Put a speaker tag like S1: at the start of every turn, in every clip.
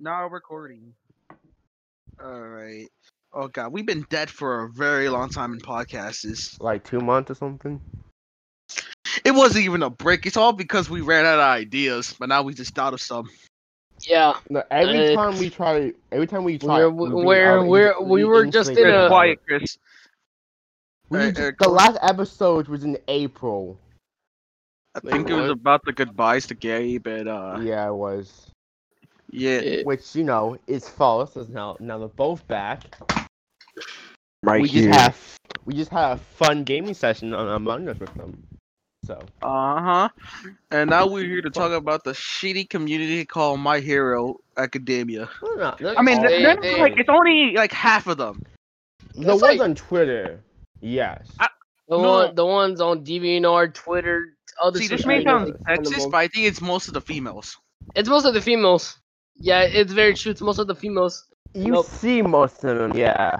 S1: Now recording. All right. Oh god, we've been dead for a very long time in podcasts.
S2: Like two months or something.
S1: It wasn't even a break. It's all because we ran out of ideas, but now we just thought of some.
S3: Yeah,
S2: No, every
S3: Uh,
S2: time we try, every time we try,
S3: we're-
S2: we
S3: we're- we're- we were just in
S1: Very
S3: a-
S1: quiet, Chris.
S2: We
S1: uh,
S2: ju-
S1: uh,
S2: the last episode was in April.
S1: I
S3: Wait,
S1: think it was
S3: what?
S1: about the goodbyes to Gabe, and uh,
S2: yeah, it was.
S1: yeah,
S3: it-
S2: Which you know is false. 'cause now, now they're both back.
S1: right
S2: we just had, we just had a fun gaming session on Among Us with them. So
S1: Uh huh. And now we're here to talk about the shitty community called My Hero Academia.
S2: no, no, no,
S1: I mean,
S2: all
S3: they're-
S1: they're
S3: they're
S2: of
S3: not,
S1: like
S2: them.
S1: it's only like half of them.
S2: the
S3: it's
S2: ones
S3: like-
S2: on Twitter. Yes.
S1: I-
S3: the
S1: no.
S3: one, the ones on DeviantArt, Twitter, other.
S1: See, this
S3: social
S1: may
S2: I know
S3: media
S1: sound
S2: it's
S1: sexist,
S3: handles.
S1: but I think it's most of the females.
S3: It's most of the females. Yeah, it's very true. It's most of the females.
S2: you
S3: nope.
S2: see most of them. Yeah.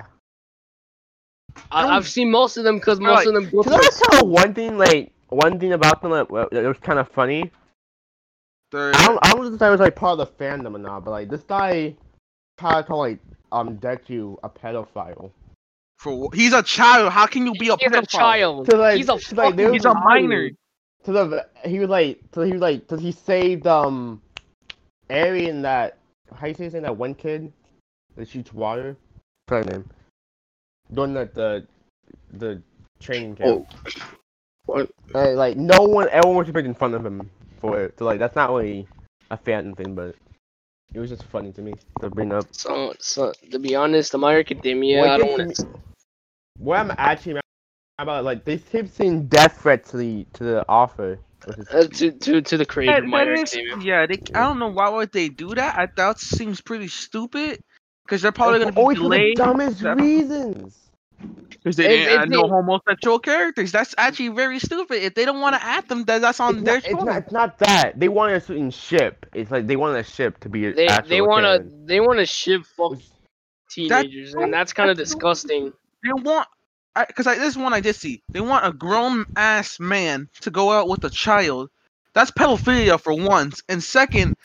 S3: I,
S1: Don't-
S3: I've seen most of them because most
S1: Right.
S3: of them go
S2: Can I
S3: through.
S2: tell one thing? Like one thing about them like, wa- that was kind of funny.
S1: They're,
S2: I don't, I don't know if that was like part of the fandom or not, but like this guy kind of called like um Deku a pedophile.
S1: for wh- he's a child. How can you be a
S3: He's
S1: pedophile?
S3: a child.
S2: So, like,
S3: He's a
S2: so, like,
S3: fucking.
S2: they were
S1: He's a minor.
S2: To the he was like, so he was like, so he saved um, Arian that how you say his name that one kid that shoots water. What's her name? During the the, the training camp.
S3: What?
S2: Uh, like no one, everyone was making fun of him for it. So like that's not really a fandom thing, but it was just funny to me to bring up.
S3: So, so to be honest, I'm academia.
S2: Like,
S3: I don't
S2: it's
S3: want to.
S2: me- What I'm actually mad about, like they keep saying death threat to the to the offer. which is-
S3: Uh, to, to to the creator
S1: Yeah,
S3: of
S1: that
S3: minor
S1: is,
S3: academia.
S1: yeah, they, I don't know why would they do that. I that seems pretty stupid. Because they're probably
S2: It's
S1: gonna be
S2: always for the
S1: delayed
S2: dumbest
S1: That-
S2: reasons.
S1: because they
S3: It-
S1: didn't
S3: it
S1: add no
S3: did-
S1: homosexual characters. That's actually very stupid. If they don't want to add them, then that's on
S2: it's,
S1: their
S2: not, it's,
S1: choice.
S2: not, it's not that they want a certain ship. It's like they want a ship to be.
S3: They
S2: actual
S3: they wanna
S2: canon.
S3: they wanna ship fuck
S2: Which-
S3: teenagers, and that's kind of
S1: that's-
S3: disgusting.
S1: they want because I, this one I did see. They want a grown ass man to go out with a child. That's pedophilia for once. And second,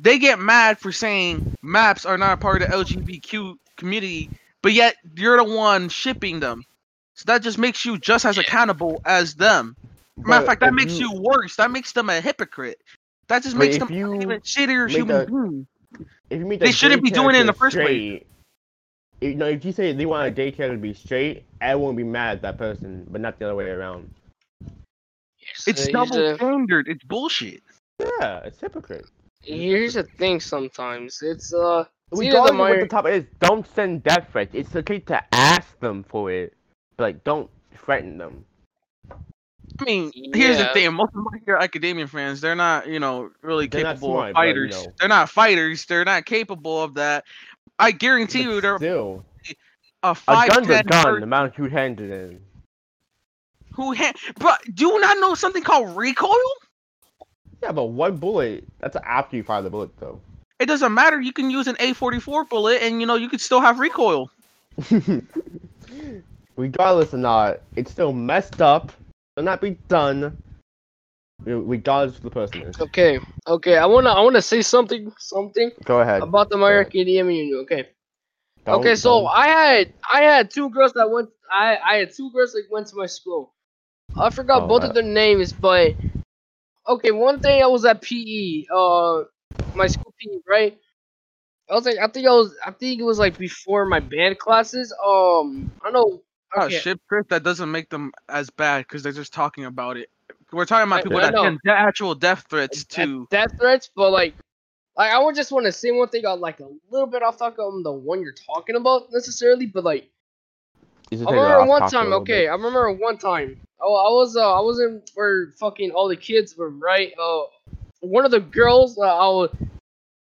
S1: they get mad for saying maps are not a part of the LGBTQ community, but yet you're the one shipping them. So that just makes you just as accountable as them. Matter of
S2: but
S1: fact, that
S2: if
S1: makes you worse. That makes them a hypocrite. That just
S2: But
S1: makes
S2: if
S1: them
S2: you
S1: even shittier
S2: make
S1: human
S2: the-
S1: beings.
S2: If you meet
S1: They
S2: the
S1: shouldn't
S2: gay
S1: be doing it in the
S2: character
S1: first place.
S2: straight- If, no, if you say they want a gay character to be straight, everyone will be mad at that person, but not the other way around.
S3: Here's
S1: It's
S3: the- here's
S1: double
S3: the-
S1: standard. It's bullshit.
S2: Yeah, it's hypocrite.
S3: Here's the thing. Sometimes it's uh. it's
S2: We
S3: either
S2: don't
S3: the
S2: know what the
S3: minor,
S2: topic is. Don't send death threats. It's okay to ask them for it, but like don't threaten them.
S1: I mean, here's the
S3: Yeah.
S1: thing: most of my Hero Academia fans, they're not, you know, really
S2: They're not
S1: capable
S2: smart,
S1: of
S2: but, you
S1: fighters.
S2: know.
S1: They're not fighters. They're not capable of that. I guarantee
S2: But
S1: you, they're
S2: still,
S1: a
S2: a
S1: five
S2: gun's a
S1: ten
S2: gun. The
S1: person
S2: amount you handed in.
S1: who ha- But do you not know something called recoil?
S2: Yeah, but one bullet. That's after you fire the bullet, though.
S1: It doesn't matter. You can use an A44 bullet, and you know you could still have recoil.
S2: regardless or not, it's still messed up. Will not be done. re- Regardless of the person is.
S3: Okay, okay. I wanna I wanna say something something
S2: Go ahead.
S3: about the
S2: ahead.
S3: minor academia union. Okay.
S2: Don't-
S3: Uh, okay, so
S2: don't-
S3: I had I had two girls that went I I had two girls that went to my school. I forgot
S2: Oh,
S3: both
S2: that-
S3: of their names, but okay, one day I was at PE, uh my school PE, right? I was like I think I was I think it was like before my band classes. Um I know
S1: Oh
S3: okay,
S1: shit, Chris, that doesn't make them as bad because they're just talking about it. We're talking about
S3: I-
S1: people
S3: I
S1: that
S3: know.
S1: send de- actual death threats
S3: death-
S1: to.
S3: death threats, but like, like I would just want to say one thing on like a little bit off topic on the one you're talking about necessarily, but like
S2: You should
S3: I
S2: take it
S3: remember
S2: off
S3: one
S2: topic a
S3: time,
S2: little
S3: okay,
S2: bit.
S3: I remember one time. Oh, I was uh, I was in where fucking all the kids were right. Uh, one of the girls, uh, I was,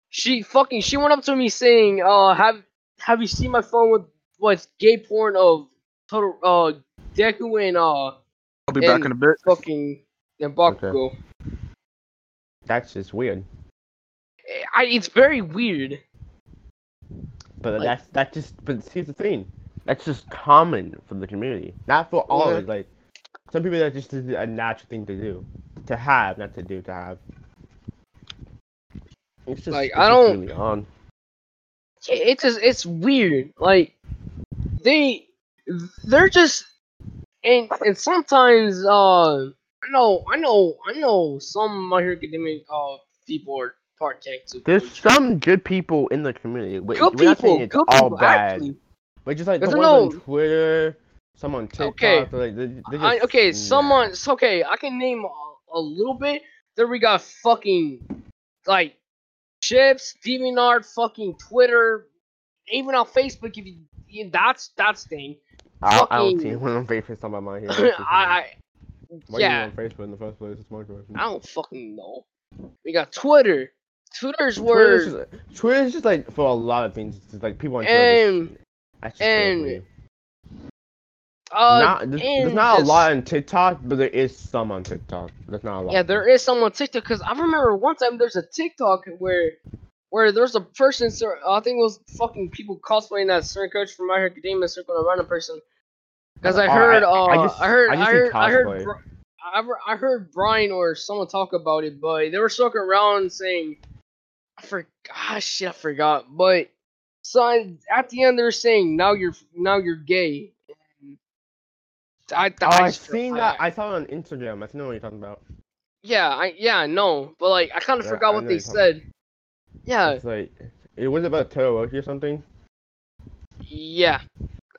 S3: she fucking she went up to me saying, uh, have have you seen my phone with with gay porn of total uh Deku and uh
S1: I'll be back
S3: and
S1: in a bit.
S3: fucking and Bakugo.
S2: That's just weird.
S3: Eh, I, it's very weird.
S2: But
S3: Like-
S2: that's that just. But here's the thing. That's just common for the community. Not for all.
S3: Yeah.
S2: of it, Like some people that just is a natural thing to do, to have, not to do, to have. It's just,
S3: Like,
S2: it's
S3: I
S2: just
S3: don't-
S2: really on.
S3: it- it's just it's weird. Like they they're just and and sometimes uh I know I know I know some My Hero Academia uh people are part tank too.
S2: There's some good people in the community. We,
S3: good
S2: we're not saying
S3: people,
S2: it's
S3: good
S2: all
S3: people
S2: bad.
S3: actually.
S2: But just like the
S3: There's
S2: ones
S3: no-
S2: on Twitter, some on TikTok.
S3: Okay.
S2: they're like, they're, they're
S3: I,
S2: just
S3: okay,
S2: nah.
S3: someone. it's Okay, I can name a, a little bit. Then we got fucking like chips, DeviantArt, fucking Twitter, even on Facebook. If you, you that's that's thing.
S2: I, don't- I don't see
S3: fucking-
S2: anyone on Facebook talking about my hero.
S3: I,
S2: Academia.
S3: I
S2: Why
S3: yeah.
S2: you on Facebook in the first place? It's my question.
S3: I don't fucking know. We got Twitter. Twitter's
S2: Twitter's
S3: word
S2: just, Twitter's just like for a lot of things. It's just like people on Twitter. just- that's
S3: and
S2: just terrible
S3: and-
S2: for you.
S3: uh
S2: not, there's, there's
S3: and
S2: not a
S3: just-
S2: lot on TikTok, but there is some on TikTok. There's not a lot.
S3: Yeah, there is someone TikTok because I remember one time there's a TikTok where where there's a person. cer- I think it was fucking people cosplaying that certain coach from My Hero Academia circle around a person. Because I
S2: Oh, I-
S3: heard, uh,
S2: I
S3: I,
S2: just-
S3: heard,
S2: I
S3: I,
S2: just see
S3: heard, I
S2: cosplay.
S3: heard, Bri- I, re- I heard Brian or someone talk about it, but they were circling around saying, I forgot, ah, shit, I forgot. But son, at the end they're saying now you're now you're gay. And I,
S2: Oh,
S3: I
S2: I've
S3: just-
S2: seen that. I saw it on Instagram. I know what you're talking about.
S3: yeah, I yeah, I know, but like I kind of
S2: Yeah, I
S3: forgot what
S2: know
S3: they
S2: you're talking about.
S3: said. Yeah,
S2: It's like it was about Todoroki or something.
S3: yeah.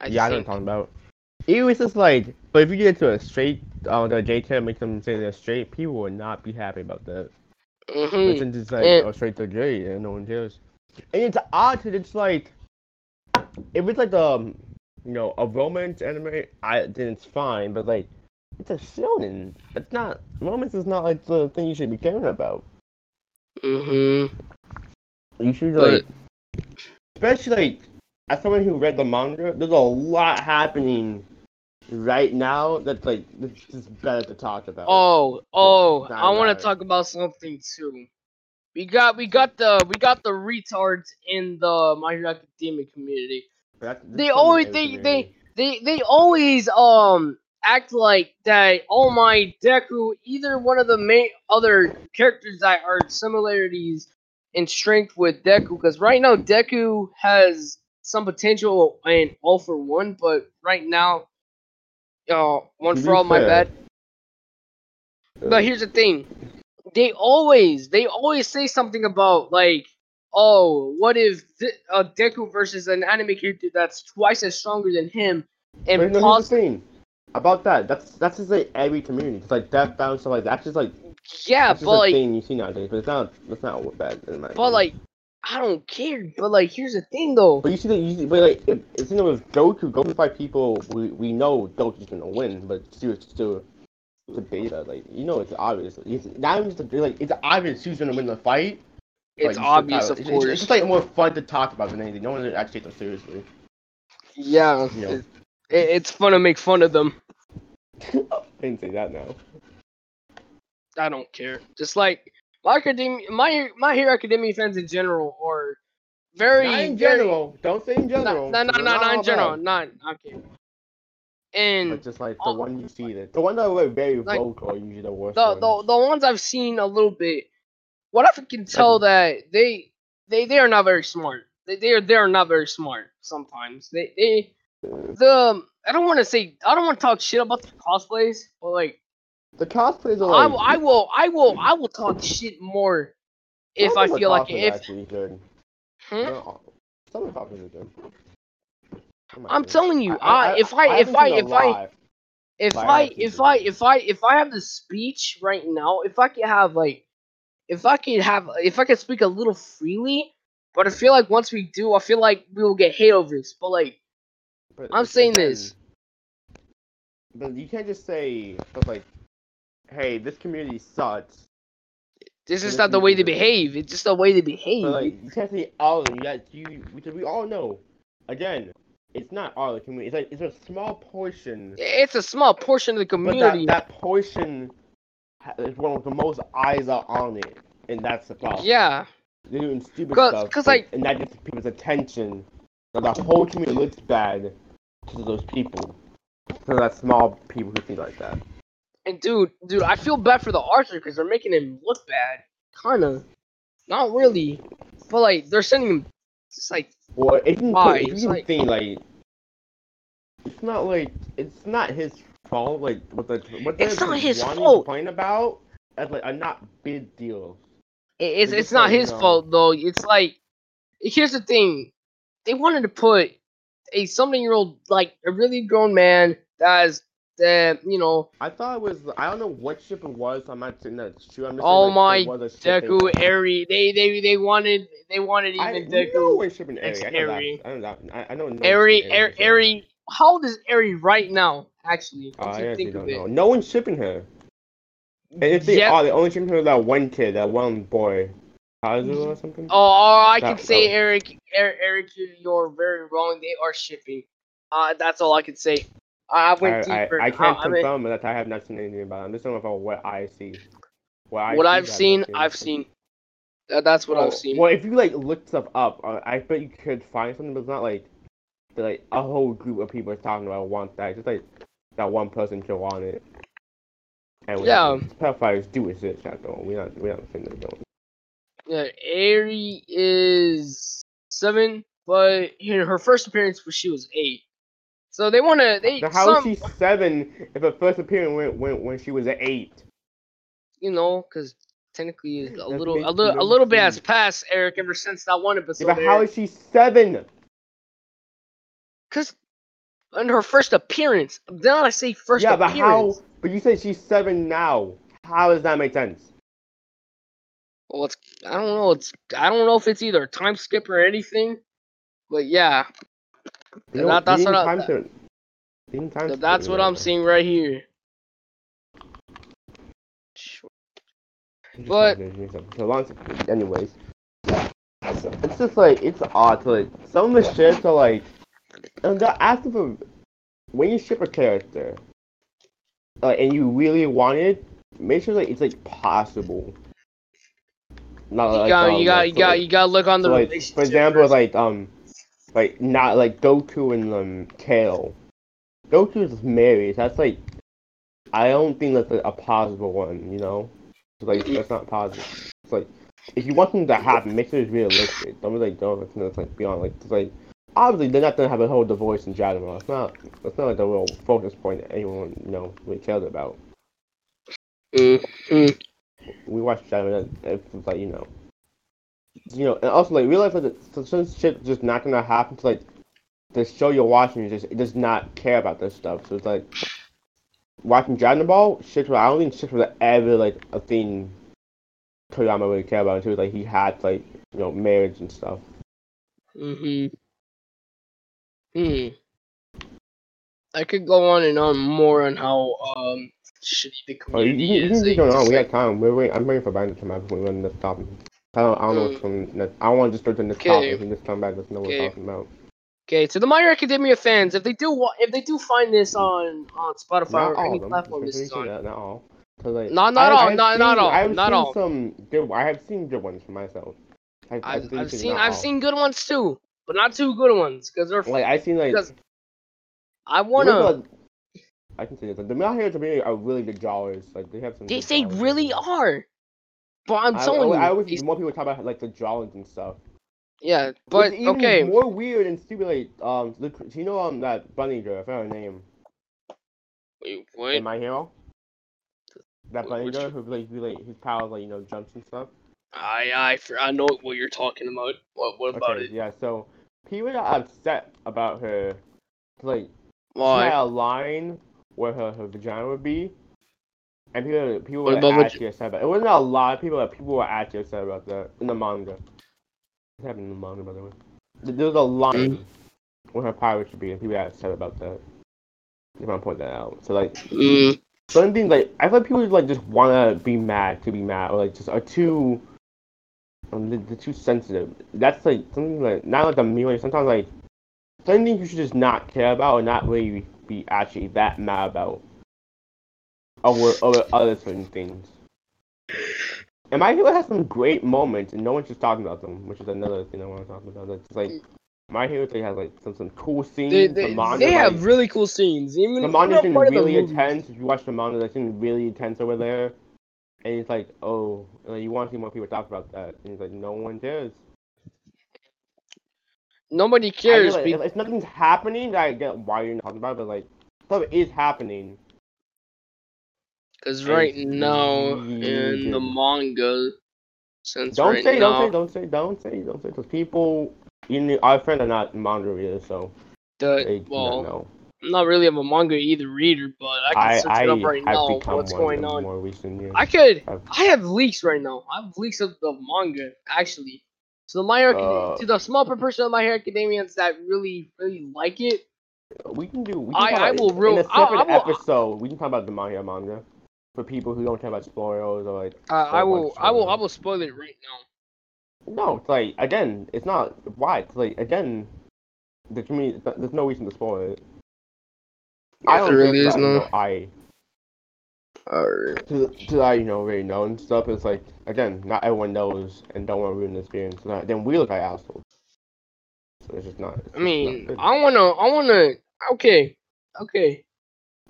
S3: I
S2: yeah, I know what I'm
S3: think.
S2: talking about. It was just like, but if you get to a straight, uh, the gay term makes them say they're straight. People would not be happy about that. But
S3: Mhm.
S2: since it's like,
S3: Yeah.
S2: oh, straight to gay, and no one cares. And it's odd that it's like, if it's like um, you know, a romance anime, I then it's fine. But like, it's a shonen. It's not romance is not like the thing you should be caring about.
S3: Mhm.
S2: You should
S3: But-
S2: like, especially like, as someone who read the manga, there's a lot happening right now that's like that's just better to talk about.
S3: Oh, oh,
S2: nah,
S3: I want
S2: nah.
S3: to talk about something too. We got, we got the, we got the retards in the My Hero Academia community.
S2: That's- that's
S3: they
S2: something
S3: always-
S2: that
S3: they-
S2: is
S3: they- they they always um act like that oh my deku either one of the main other characters that are similarities in strength with deku because right now deku has some potential in all for one but right now uh one
S2: To
S3: for
S2: be
S3: all my
S2: fair,
S3: bad but here's the thing they always they always say something about like oh what if De- uh, deku versus an anime character that's twice as stronger than him and
S2: But no, here's
S3: poss-
S2: the thing about that. That's that's just like every community. It's like death bound stuff like that. That's just like
S3: yeah
S2: that's just
S3: but
S2: a
S3: like
S2: thing you see nowadays. But it's not that's not what bad. In my
S3: but
S2: opinion.
S3: like i don't care but like here's the thing though
S2: But you see, that you see, but like, if, if you know, with Goku, Goku fight people, we, we know Goku's gonna win, but still, it's still, the beta, like, you know, it's obvious. It's not even just the, like, it's obvious who's gonna win the fight. but
S3: it's
S2: you still
S3: obvious
S2: gotta-
S3: of
S2: it's,
S3: course
S2: It's, it's just like more fun to talk about than anything. No one actually takes them seriously.
S3: yeah
S2: You know.
S3: it, it- it's fun to make fun of them
S2: didn't say that now.
S3: I don't care. Just like my academia, my my Hero Academia fans in general are very
S2: Not in
S3: very-
S2: general. Don't say in
S3: No,
S2: general.
S3: no, no,
S2: We're
S3: no, not in
S2: all
S3: general.
S2: bad.
S3: Not okay.
S2: But
S3: And
S2: just like the
S3: Oh.
S2: one you see, that the one that were very
S3: Like,
S2: vocal are usually the worst.
S3: the, the
S2: ones.
S3: the ones I've seen a little bit, what I can tell that they they they are not very smart. They they are they are not very smart. Sometimes they they the I don't want to say I don't want to talk shit about the cosplays, but like
S2: The cosplayers are
S3: I,
S2: like.
S3: will- I will I will I will talk shit more if
S2: some
S3: I
S2: of the
S3: feel like
S2: cosplayers
S3: it.
S2: are
S3: If
S2: actually good.
S3: Hmm?
S2: They're all- Some of the cosplayers are good. In my
S3: I'm
S2: opinion.
S3: telling you, I, if I, if
S2: haven't
S3: I,
S2: seen a
S3: if I,
S2: lot.
S3: if
S2: but I
S3: I,
S2: have
S3: if
S2: seen
S3: I,
S2: some.
S3: if I, if I have the speech right now, if I could have like, if I could have, if I could speak a little freely, but I feel like once we do, I feel like we will get hate over this. But like,
S2: But
S3: I'm
S2: it's-
S3: saying
S2: again,
S3: this.
S2: But you can't just say, but like, hey, this community sucks.
S3: this is
S2: that's
S3: not the way they
S2: ridiculous.
S3: behave. It's just the way they behave.
S2: But like, you can't say all of them. That you, because we all know. Again, it's not all the community. It's like it's a small portion.
S3: it's a small portion of the
S2: But that,
S3: community.
S2: that portion ha- is one with the most eyes are on it, and that's the problem.
S3: yeah.
S2: They're doing stupid
S3: 'Cause-
S2: stuff.
S3: 'cause,
S2: but-
S3: like-
S2: and that gets people's attention. So the whole community looks bad to those people. To that small people who think like that.
S3: And dude, dude, I feel bad for the Arthur because they're making him look bad. Kinda. Not really. But like they're sending him It's like
S2: Or if you
S3: Why?
S2: put, if
S3: It's
S2: you
S3: like-
S2: think like it's not like it's not his fault. Like what the what
S3: It's
S2: they're
S3: not his
S2: wanting to
S3: fault.
S2: Complain about as like a not big deal.
S3: it- it's
S2: They
S3: it's
S2: just
S3: not
S2: don't
S3: his
S2: know.
S3: fault though. It's like here's the thing. They wanted to put a something year old like a really grown man that is that you know
S2: I thought it was I don't know what ship it was. I'm not saying that it's true. I'm just
S3: Oh
S2: saying, like, it
S3: my
S2: was a ship they
S3: Deku
S2: wanted.
S3: Eri. They they they wanted they wanted even
S2: I
S3: Deku.
S2: know what ship and
S3: It's
S2: Eri. I know
S3: Eri.
S2: that. I know that. I, I know. no
S3: Eri,
S2: ship
S3: Eri,
S2: for sure.
S3: Eri, how old is Eri right now? Actually,
S2: Oh,
S3: once
S2: I
S3: you
S2: actually
S3: think
S2: don't
S3: of it,
S2: know. No one's shipping her. And if they
S3: Yep.
S2: are, they only shipping her that one kid, that one boy, Kazu or something.
S3: Oh, all I can
S2: That-
S3: say,
S2: that-
S3: Eric, Eric, Eric, you- you're very wrong. They are shipping. Uh, that's all I can say. I I went
S2: I, I,
S3: deeper. Oh,
S2: I can't
S3: I, I mean,
S2: confirm that I have not seen anything about it. I'm just talking about what I see. What, I
S3: what
S2: see,
S3: I've
S2: I
S3: seen,
S2: haven't
S3: I've seen. That, that's what
S2: Oh,
S3: I've seen.
S2: Well, if you like look stuff up, uh, I bet you could find something, but it's not like that, like a whole group of people is talking about want that. Just like that one person should want it. And we-
S3: Yeah.
S2: pedophiles do exist. That's all. We're not. We're not finna do it.
S3: Yeah, Eri is seven, but her her first appearance was she was eight. So they want to. They
S2: Now, how is
S3: some,
S2: she seven if her first appearance went when when she was eight?
S3: you know, because technically a
S2: That
S3: little, a
S2: makes
S3: little,
S2: no
S3: a little bit has
S2: sense.
S3: passed, Eric, ever since that one episode.
S2: Yeah, but how is she seven?
S3: Because in her first appearance, then I say first
S2: yeah, but
S3: appearance.
S2: how? But you said she's seven now. How does that make sense?
S3: Well, it's I don't know. It's I don't know if it's either a time skip or anything, but yeah,
S2: You
S3: That- that's
S2: you need
S3: what I-
S2: time to- you need time
S3: th-
S2: to-
S3: that's what I'm seeing right here. Sh- But-
S2: So long, anyways, it's just like it's odd. to, Like some of the ships are like, and they're asking for when you ship a character, uh, and you really want it, make sure that it's like possible. Not
S3: You
S2: like,
S3: got,
S2: um,
S3: you got,
S2: like,
S3: you
S2: so,
S3: got,
S2: like-
S3: you got to look on the
S2: so, like,
S3: relationship.
S2: for example,
S3: first.
S2: like um, like not like Goku and um Kale. Goku's is married. That's like, I don't think that's a, a possible one. You know, it's like that's not possible. It's like if you want something to happen, make sure it's realistic. Don't be like don't you know, it's like beyond like it's like obviously they're not gonna have a whole divorce in Dragon It's not. It's not like the real focus point that anyone you know really cares about.
S3: Mm, mm.
S2: We watch Dragon Ball. It's like you know. You know, and also like realize that some- some shit just not gonna happen. To like the show you're watching is just it does not care about this stuff. So it's like watching Dragon Ball. Shit, I don't think shit was ever like a thing Toyama really cared about until like he had like you know marriage and stuff. Mm.
S3: Mhm. Hmm. I could go on and on more on how um shitty the
S2: Oh, you,
S3: community
S2: you, you
S3: is.
S2: can keep
S3: It's
S2: going on.
S3: just
S2: We
S3: like-
S2: got time. We're waiting. I'm waiting for Brandon to come back before we run this topic. I don't, I don't know what's
S3: Mm.
S2: going. next- I want to just go to this
S3: Okay.
S2: topic and just come back. Let's know what
S3: Okay.
S2: we're talking about.
S3: Okay, to the My Hero Academia fans, if they do wa- if they do find this on on Spotify
S2: Not
S3: or
S2: all
S3: any
S2: of them.
S3: platform this
S2: especially
S3: is on,
S2: Not, not all. 'Cause, like,
S3: Not-
S2: I-
S3: not all,
S2: I've
S3: not- not
S2: seen-
S3: all,
S2: I've
S3: not
S2: seen
S3: all.
S2: some good. I have seen good ones for myself. I've,
S3: I've, I've
S2: shit,
S3: seen
S2: not
S3: I've
S2: all.
S3: seen good ones too, but not too good ones because they're
S2: Like I've seen like.
S3: because I
S2: Look
S3: wanna.
S2: at- I can say this. Like, the Mount Hero Community are really good drawers. Like they have some.
S3: They
S2: good
S3: they
S2: drawers.
S3: really are. But I'm
S2: I, oh,
S3: telling
S2: I, I
S3: you,
S2: wish
S3: these-
S2: more people would talk about like the drawings and stuff.
S3: yeah. But
S2: What's even
S3: okay,
S2: more weird and stupid. Like um, the, do you know um that bunny girl? I found her name.
S3: Wait,
S2: In
S3: what?
S2: my hero. That
S3: Wh-
S2: bunny
S3: which-
S2: girl who like who, like his powers like you know jumps and stuff.
S3: I I for- I know what you're talking about. What what about
S2: okay,
S3: it?
S2: yeah. So people got upset about her. Like she
S3: Why?
S2: had a line where her, her vagina would be, and people people
S3: What
S2: were
S3: about vag-
S2: actually upset about. It wasn't a lot of people, but people were actually upset about that in the manga. It happened in the manga, by the way. Th- There was a
S3: Hmm?
S2: line where her power should be, and people got upset about that. If I point that out, so like
S3: Mm,
S2: certain things, like I feel like people like just wanna be mad to be mad, or like just are too, um, they're, they're too sensitive. That's like something like not like the meaning. Sometimes like certain things you should just not care about, or not really be actually that mad about. Over over other certain things. And my hero has some great moments, and no one's just talking about them, which is another thing I want to talk about. It's like my hero thing has like some some cool scenes.
S3: Mm. they
S2: the
S3: they,
S2: manga,
S3: they
S2: like-
S3: have really cool scenes. Even
S2: the
S3: even
S2: manga
S3: a
S2: scene is
S3: part of the
S2: really
S3: movie.
S2: intense. If you watch the manga, that scene is really intense over there. And it's like, oh, like, you want to see more people talk about that. And it's like, no one cares.
S3: Nobody
S2: I feel
S3: cares.
S2: like
S3: be-
S2: if, if nothing's happening, I get why you're not talking about it, but like stuff is happening.
S3: Because right
S2: It's
S3: now
S2: really
S3: in the
S2: good.
S3: manga, since
S2: Don't
S3: right
S2: say,
S3: now,
S2: don't say, don't say, don't say, don't say, because people, you know, our friends are not manga readers, so they
S3: the
S2: do not
S3: well,
S2: know.
S3: I'm not really I'm a manga either reader, but I can
S2: I,
S3: search
S2: I
S3: it up right
S2: have
S3: now.
S2: become
S3: What's
S2: one
S3: going
S2: in
S3: on?
S2: more recent years.
S3: I could.
S2: I've-
S3: I have leaks right now. I have leaks of the manga actually. So the My Hero Acad-
S2: Uh,
S3: to the small proportion of My Hero Academians that really really like it.
S2: we can do. We can
S3: I-
S2: talk
S3: I
S2: about-
S3: will
S2: in-
S3: ruin-
S2: in a
S3: I- I
S2: separate
S3: will-
S2: episode. We can talk about the manga manga for people who don't care about spoilers or like.
S3: Uh, I
S2: Oh,
S3: will.
S2: what's
S3: I will. I
S2: going on?
S3: will spoil it right now.
S2: No, it's like again, it's not why. It's like again, the community. th- There's no reason to spoil it. I don't think that, you know, I
S3: Alright.
S2: to, to that you know really know and stuff. It's like again, not everyone knows and don't want to ruin the experience. So then we look like assholes. So it's just not. it's
S3: I
S2: just
S3: mean,
S2: not good.
S3: I wanna. I wanna. Okay. Okay.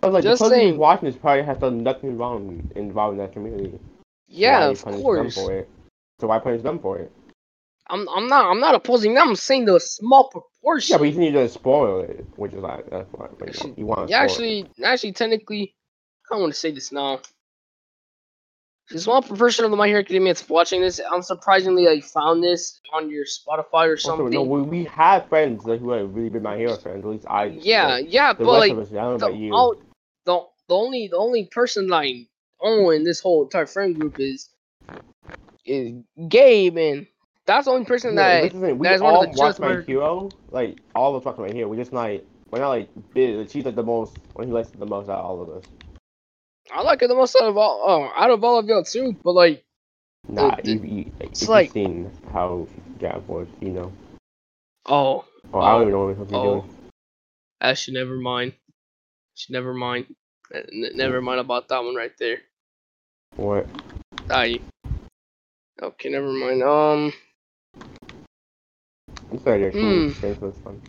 S2: I was like,
S3: just
S2: the person
S3: saying-
S2: who's watching this probably has done nothing wrong involving that community.
S3: Yeah,
S2: why
S3: of
S2: punish
S3: course.
S2: Them for it? So why punish them for it?
S3: I'm I'm not I'm not opposing them. I'm saying the small proportion.
S2: Yeah, but you need to spoil it, which is like that's why like, you, know, you want. to
S3: Yeah,
S2: spoil it.
S3: actually, actually, technically, I don't want to say this now. The small proportion of the My Hero Academia that's watching this, I'm surprisingly like found this on your Spotify or
S2: Also,
S3: something.
S2: no, we, we have friends like, who have really been my hero friends. At least I.
S3: yeah,
S2: like,
S3: yeah,
S2: the
S3: but
S2: rest
S3: like
S2: of us, I don't know
S3: the,
S2: about you.
S3: all- the the only the only person like own in this whole entire friend group is is Gabe, and that's the only person
S2: No,
S3: that
S2: this isn't- we
S3: that is one
S2: all
S3: of the
S2: watch
S3: just
S2: my
S3: where-
S2: hero. Like all of us watch my hero. We just like we're not like big. She's like the most. When he likes it the most out of all of us.
S3: I like it the most out of all oh, out of all of y'all too. But like,
S2: Nah,
S3: it-
S2: you, you, like,
S3: it's
S2: if
S3: like-
S2: you've seen how Gab was, you know.
S3: oh,
S2: Oh, I
S3: Oh,
S2: don't even know what he's
S3: oh.
S2: doing.
S3: Actually, never mind. Actually, never mind. Uh, n- never mind about that one right there. oh.
S2: What?
S3: I. Okay, never mind. Um,
S2: I'm sorry, they're
S3: Hmm.
S2: cool. Thanks for this one.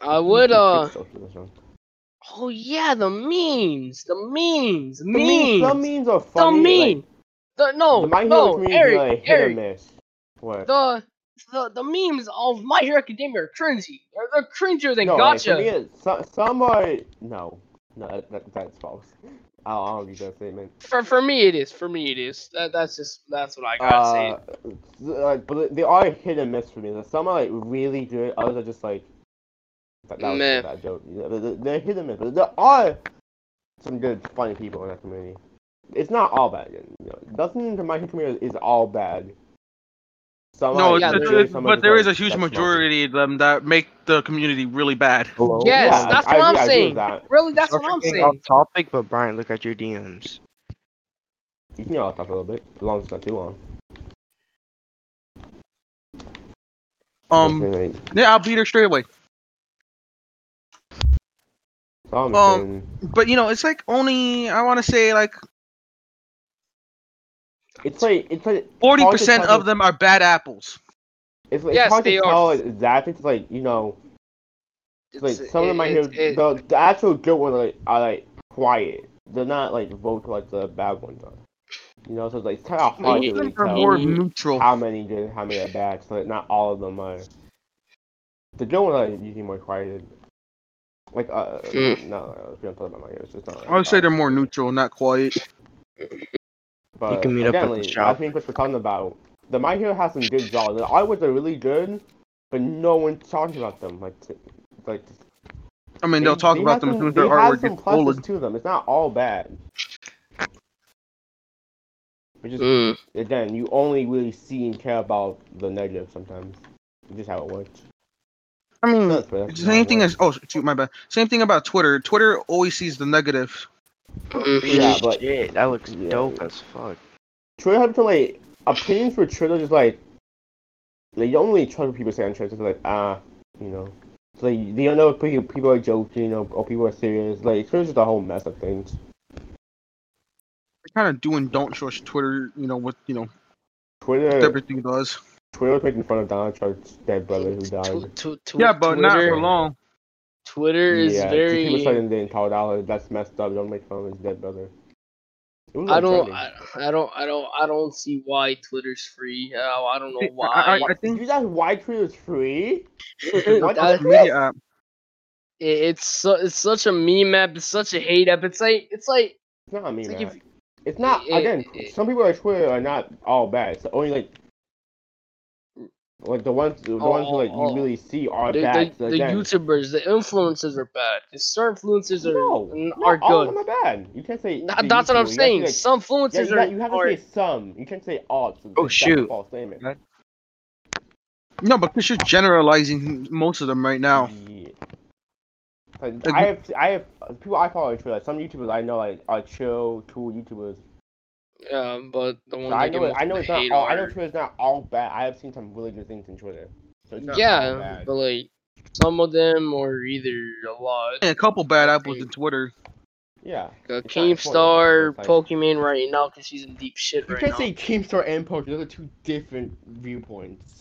S3: I would. Uh.
S2: Thanks for this one.
S3: Oh yeah, the memes. The memes.
S2: The memes.
S3: Memes.
S2: Some memes are
S3: The
S2: funny. like,
S3: meme. The no.
S2: the My Hero
S3: no.
S2: community is
S3: Eric.
S2: like hit or
S3: Eric.
S2: miss. What?
S3: The. The, the memes of My Hero Academia are cringy. They're, they're cringier than
S2: no, like, for
S3: Gotcha.
S2: me, it's- so, some are no, no, that, that, that's false. I'll, I'll use that statement.
S3: for for me it is. For me it is. That that's just that's what I gotta
S2: Uh,
S3: say.
S2: uh, but they are hit and miss for me. Like, Some are like really good, others are just like that, that was
S3: Meh.
S2: a bad joke. Yeah, but they- They're hit and miss, but there are some good, funny people in that community. It's not all bad. You know, nothing in my community is all bad. Some
S1: No,
S2: are
S1: it's,
S3: yeah,
S2: really
S1: it's,
S2: good,
S1: it's-
S2: some are
S1: but
S2: just
S1: there
S2: like,
S1: is a huge
S2: that's not-
S1: majority of them that make the community really bad.
S2: Hello?
S3: Yes,
S2: Yeah,
S3: that's
S2: I- I
S3: what I'm
S2: agree- I agree
S3: saying.
S2: with that.
S3: Really, that's
S4: Sorry
S3: what
S4: for
S3: I'm
S4: getting
S3: saying.
S4: Off topic, but Brian, look at your DMs.
S2: You can all talk a little bit, as long as it's not too long.
S1: Um,
S2: Like,
S1: yeah, I'll beat her straight away.
S2: Tom
S1: um,
S2: and-
S1: But you know, it's like only I want to say like
S2: it's like it's like
S1: forty percent
S2: Hard to
S1: of them are bad apples.
S2: it's, like,
S3: Yes,
S2: it's hard
S3: they
S2: to
S3: are.
S2: tell like, exactly. It's like you know, it's like some of my hero, the, the actual good ones like are like quiet. They're not like vocal like the bad ones are. You know, so it's like it's kind of hard to
S1: Most
S2: really
S1: of them are
S2: tell
S1: more neutral.
S2: how many good, and how many are bad. So like, not all of them are. The good ones are usually more quiet. Like uh,
S3: Mm.
S2: no, no, we don't talk about my heroes. It's not. Like,
S1: I would say
S2: that.
S1: they're more neutral, not quiet.
S2: But
S4: can meet up
S2: again,
S4: at the
S2: like, I
S4: shop.
S2: think what we're talking about, the My Hero has some good draws. The artworks are really good, but no one's talking about them. Like, t- like
S1: I mean, they'll talk about
S2: have
S1: them as
S2: some-
S1: soon as their
S2: they have
S1: artwork
S2: some
S1: gets
S2: pluses
S1: bullied.
S2: to them. It's not all bad. Which is
S3: Mm.
S2: again, you only really see and care about the negative sometimes. It's just how it works.
S1: I mean,
S2: That's- that's how
S1: Hmm. Same
S2: it
S1: thing
S2: works.
S1: as oh shoot my bad. Same thing about Twitter. Twitter always sees the negative.
S3: mhm.
S2: Yeah, but-
S4: Shit, that looks
S2: Yeah.
S4: dope as fuck.
S2: Twitter had to like opinions for Twitter just like like you don't really trust what people say on Twitter. It's like ah, you know, it's like you don't know if people people are joking or, or people are serious. Like Twitter's just a whole mess of things.
S1: Kind of do and don't trust Twitter. You know what you know with
S2: Twitter
S1: everything it does.
S2: Twitter was making fun of Donald Trump's dead brother who
S3: Tw-
S2: died.
S3: tw- tw-
S1: Yeah, but not
S3: Twitter-
S1: for long.
S3: Twitter is
S2: yeah, two people
S3: very.
S2: started in Colorado. That's messed up. Don't make fun of his dead brother. It was
S3: I
S2: on
S3: don't,
S2: Friday.
S3: I, I don't, I don't, I don't see why Twitter's free. Uh, I don't know why.
S1: I, I, I think
S2: You guys, why Twitter's free? What
S3: That-
S2: the-
S1: social media app.
S3: it- it's so, it's such a meme app. It's such a hate app. It's like it's like
S2: It's not me,
S3: it's like
S2: man.
S3: if
S2: It's not
S3: it-
S2: again.
S3: it-
S2: some people on Twitter are not all bad. It's only like, like the ones, the ones who, like
S3: oh,
S2: you really see are
S3: the,
S2: bad.
S3: the,
S2: so
S3: the
S2: again,
S3: YouTubers, the influencers are bad. The certain influencers are
S2: no,
S3: n-
S2: not
S3: are
S2: all of them
S3: good.
S2: are bad. You can't say
S3: Th-
S2: the
S3: That's
S2: YouTuber.
S3: what I'm
S2: You have to,
S3: saying.
S2: like-
S3: Some
S2: Yeah,
S3: influencers
S2: you, got, you have to
S3: are, are
S2: say some. You can't say all. It's a-
S4: Oh,
S2: that's a
S4: shoot.
S2: False statement.
S4: That-
S1: No, but 'cause you're generalizing most of them right now.
S2: Yeah. Like,
S1: Like,
S2: I have, I have uh, people I follow on Twitter. Like, some YouTubers I know like are chill, cool YouTubers.
S3: Yeah, um, but the ones
S2: So I
S3: that
S2: know,
S3: get
S2: it, I know
S3: most
S2: it's not
S3: hate
S2: all. I know
S3: are-
S2: Twitter's not all bad. I have seen some really good things in Twitter. So it's not all
S3: Yeah,
S2: bad.
S3: but like some of them are either a lot.
S1: And a couple bad apples in Twitter.
S2: yeah.
S3: Uh,
S2: It's not important,
S3: Keemstar,
S2: it's like-
S3: Pokemon right now because she's in deep shit
S2: You
S3: right
S2: can't
S3: now.
S2: say Keemstar and Pokemon. Those are two different viewpoints.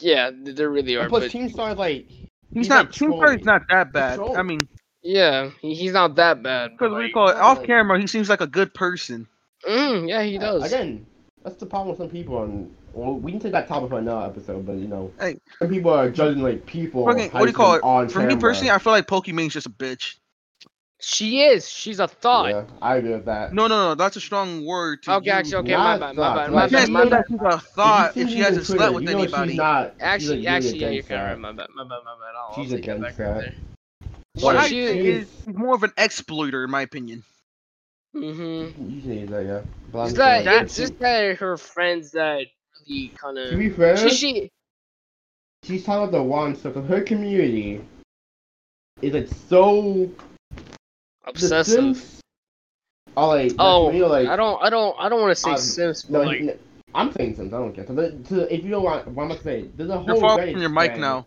S3: Yeah, th- there really are.
S2: And plus,
S3: But
S2: Keemstar is like
S1: He's
S2: He's like
S1: not. Team Curry's
S2: trolling.
S1: not that bad.
S2: trolling.
S1: I mean,
S3: yeah, he, he's not that bad. but,
S1: because what do you
S3: like-
S1: call it?
S2: yeah,
S1: Off
S2: like-
S1: camera, he seems like a good person.
S3: Mm, yeah, he
S2: yeah,
S3: does.
S2: again. That's the problem with some people. On well, we can take that topic for another episode, but you know,
S1: Hey.
S2: some people are judging like people.
S1: Fucking-
S2: how
S1: what do you call
S2: seem
S1: it?
S2: Oh, On
S1: For me
S2: camera.
S1: personally, I feel like Pokemon's just a bitch.
S3: She is. She's a thought.
S2: yeah, I agree with that.
S1: No, no, no. That's a strong word to
S3: Okay,
S1: use.
S3: actually, okay, my
S2: Not
S3: bad,
S2: thought,
S3: my bad, my
S1: You
S2: like,
S3: bad,
S1: can't
S3: my
S1: say
S3: bad.
S1: that she's a thought if she
S2: has
S1: hasn't slept with anybody.
S2: She's not,
S3: Actually,
S2: she's like,
S3: actually, yeah,
S2: really
S3: you're kind of
S2: against
S3: right. My bad, my bad, my bad. I'll,
S2: She's
S3: I'll take it
S2: against
S3: back right
S2: that.
S3: there.
S1: What I
S3: She
S1: think is she's more of an exploiter, in my opinion.
S3: Mm-hmm.
S2: that. You can use that, yeah. But I'm
S3: It's
S2: saying,
S3: that,
S1: that
S3: it's just that her friends that really kind
S2: To
S3: of.
S2: be fair,
S3: She, she,
S2: she's talking about the one stuff. Her community is like so The
S3: obsessive.
S2: Sims are like,
S3: Oh,
S2: like, to me, like
S3: I don't, I don't, I don't want to say
S2: Um,
S3: Sims,
S2: no,
S3: but like,
S2: n- I'm saying Sims. I don't care. So, the, to, if you don't want, what I'm gonna say, there's a
S1: You're
S2: whole
S1: far
S2: race
S1: away from your mic
S2: that-
S1: now.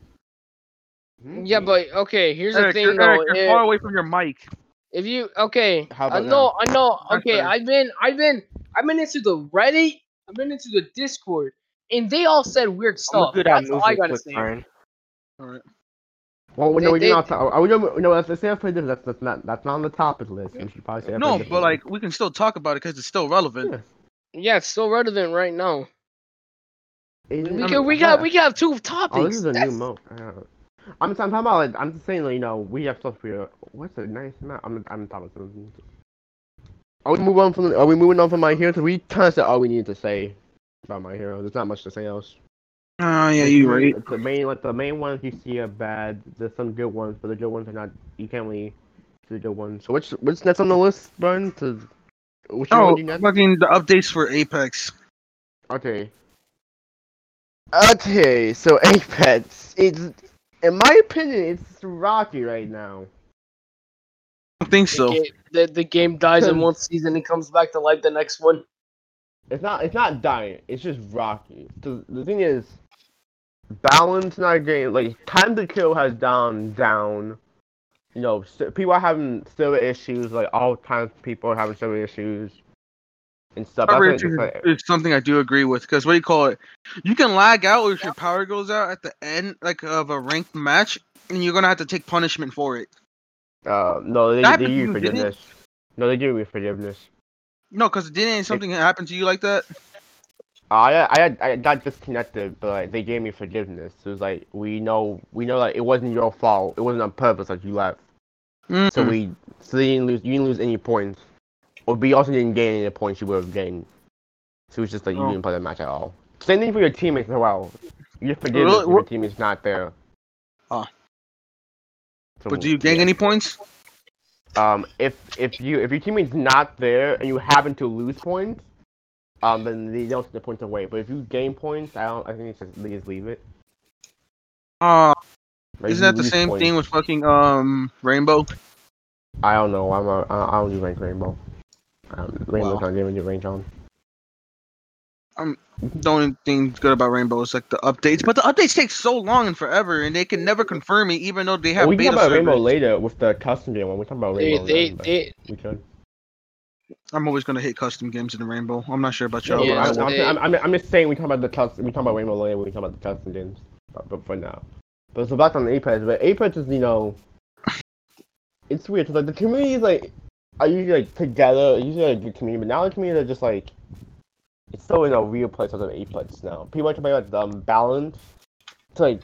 S2: Hmm?
S3: yeah, but okay. Here's the
S1: Eric,
S3: thing,
S1: you're,
S3: though.
S1: Eric, you're
S3: if-
S1: far away from your mic.
S3: If you okay,
S2: How
S3: I
S2: about
S3: know, I know.
S1: That's
S3: Okay,
S1: fair.
S3: I've been, I've been, I've been into the Reddit, I've been into the Discord, and they all said weird
S4: I'm
S3: stuff.
S4: good at
S3: That's all
S4: moving
S3: I gotta
S4: quick,
S3: say.
S4: Brian.
S2: Well,
S3: They-
S2: no, we
S3: they-
S2: are not. uh, Are we gonna? No, that's, that's, that's, that's not. That's not on the topic list. We should probably say. that for a
S1: No,
S2: different
S1: but
S2: one.
S1: like we can still talk about it because it's still relevant.
S2: Yeah.
S3: Yeah, it's still relevant right now.
S2: It-
S3: We
S2: I'm-
S3: can, we
S2: yeah.
S3: got, we got two topics.
S2: Oh, this is a new
S3: That's-
S2: mode. I don't know. I'm, I'm talking about. Like, I'm just saying, like, you know, we have stuff here. What's a nice amount? I'm, I'm talking about something. Are we moving on from? Are we moving on from my hero? 'Cause we kind of said all we needed to say about my hero. There's not much to say else.
S1: Oh yeah,
S2: The main, like the main ones you see are bad. There's some good ones, but the good ones are not. You can't really see the good ones. So what's what's next on the list, Brian? To which one
S1: Oh,
S2: do you next?
S1: fucking the updates for Apex.
S2: Okay. Okay, so Apex. It's in my opinion, it's rocky right now.
S1: I don't think
S3: the
S1: so.
S3: ga- the, the game dies in one season and comes back to life the next one.
S2: It's not it's not dying, it's just rocky. The, the thing is balance in our game like time to kill has down down. You know, s- people are having server issues, like all kinds of people are having server issues and stuff. That's
S1: Coverage
S2: what it's like-
S1: is something I do agree with because what do you call it? You can lag out if your power goes out at the end, like of a ranked match, and you're gonna have to take punishment for it.
S2: uh, no, they,
S1: That
S2: they
S1: you
S2: give you
S1: did it?
S2: forgiveness. No, they give you forgiveness.
S1: No, because didn't something happen to you like that?
S2: Oh, I I had, I got disconnected, but like, they gave me forgiveness. It was like we know we know like it wasn't your fault. It wasn't on purpose. Like you left, so
S1: Mm.
S2: we so you didn't lose you didn't lose any points, or we also didn't gain any points you would have gained. So it's just like you
S1: Oh.
S2: didn't play the match at all. Same thing for your teammates as well. You get forgiveness
S1: Really?
S2: if
S1: Wha-
S2: your teammate's not there.
S1: Ah.
S2: So,
S1: But do you gain any points?
S2: um, if if you if your teammate's not there and you happen to lose points, um, then they don't take the points away. But if you gain points, I don't. I think it's just they just leave it.
S1: Uh,
S2: Like,
S1: isn't
S2: you
S1: that the
S2: lose
S1: same
S2: points.
S1: thing with fucking um Rainbow?
S2: I don't know. I'm a, I I don't do rank rainbow. Um, rainbow's
S1: Wow.
S2: not giving you range on.
S1: The only thing good about Rainbow is like the updates, but the updates take so long and forever, and they can never confirm it, even though they have
S2: we can
S1: beta
S2: talk about rainbow
S1: servers.
S2: later with the custom game one. We talk about
S3: They,
S2: rainbow.
S3: they,
S2: then, but
S3: they,
S2: we could.
S1: I'm always gonna hate custom games in Rainbow. I'm not sure about
S2: Yeah,
S1: y'all, but
S3: Yeah,
S1: I
S2: I'm,
S1: will.
S2: I'm,
S3: they-
S2: I'm, I'm, I'm just saying we talk about the custom. We talk about rainbow later. when We talk about the custom games. But, but for now, but so back on Apex. But Apex is you know, it's weird. 'cause, like the community is like are usually like together, usually like the community, but now the community are just like it's still in a weird place other than eight place now. People are complaining about the um, balance. It's like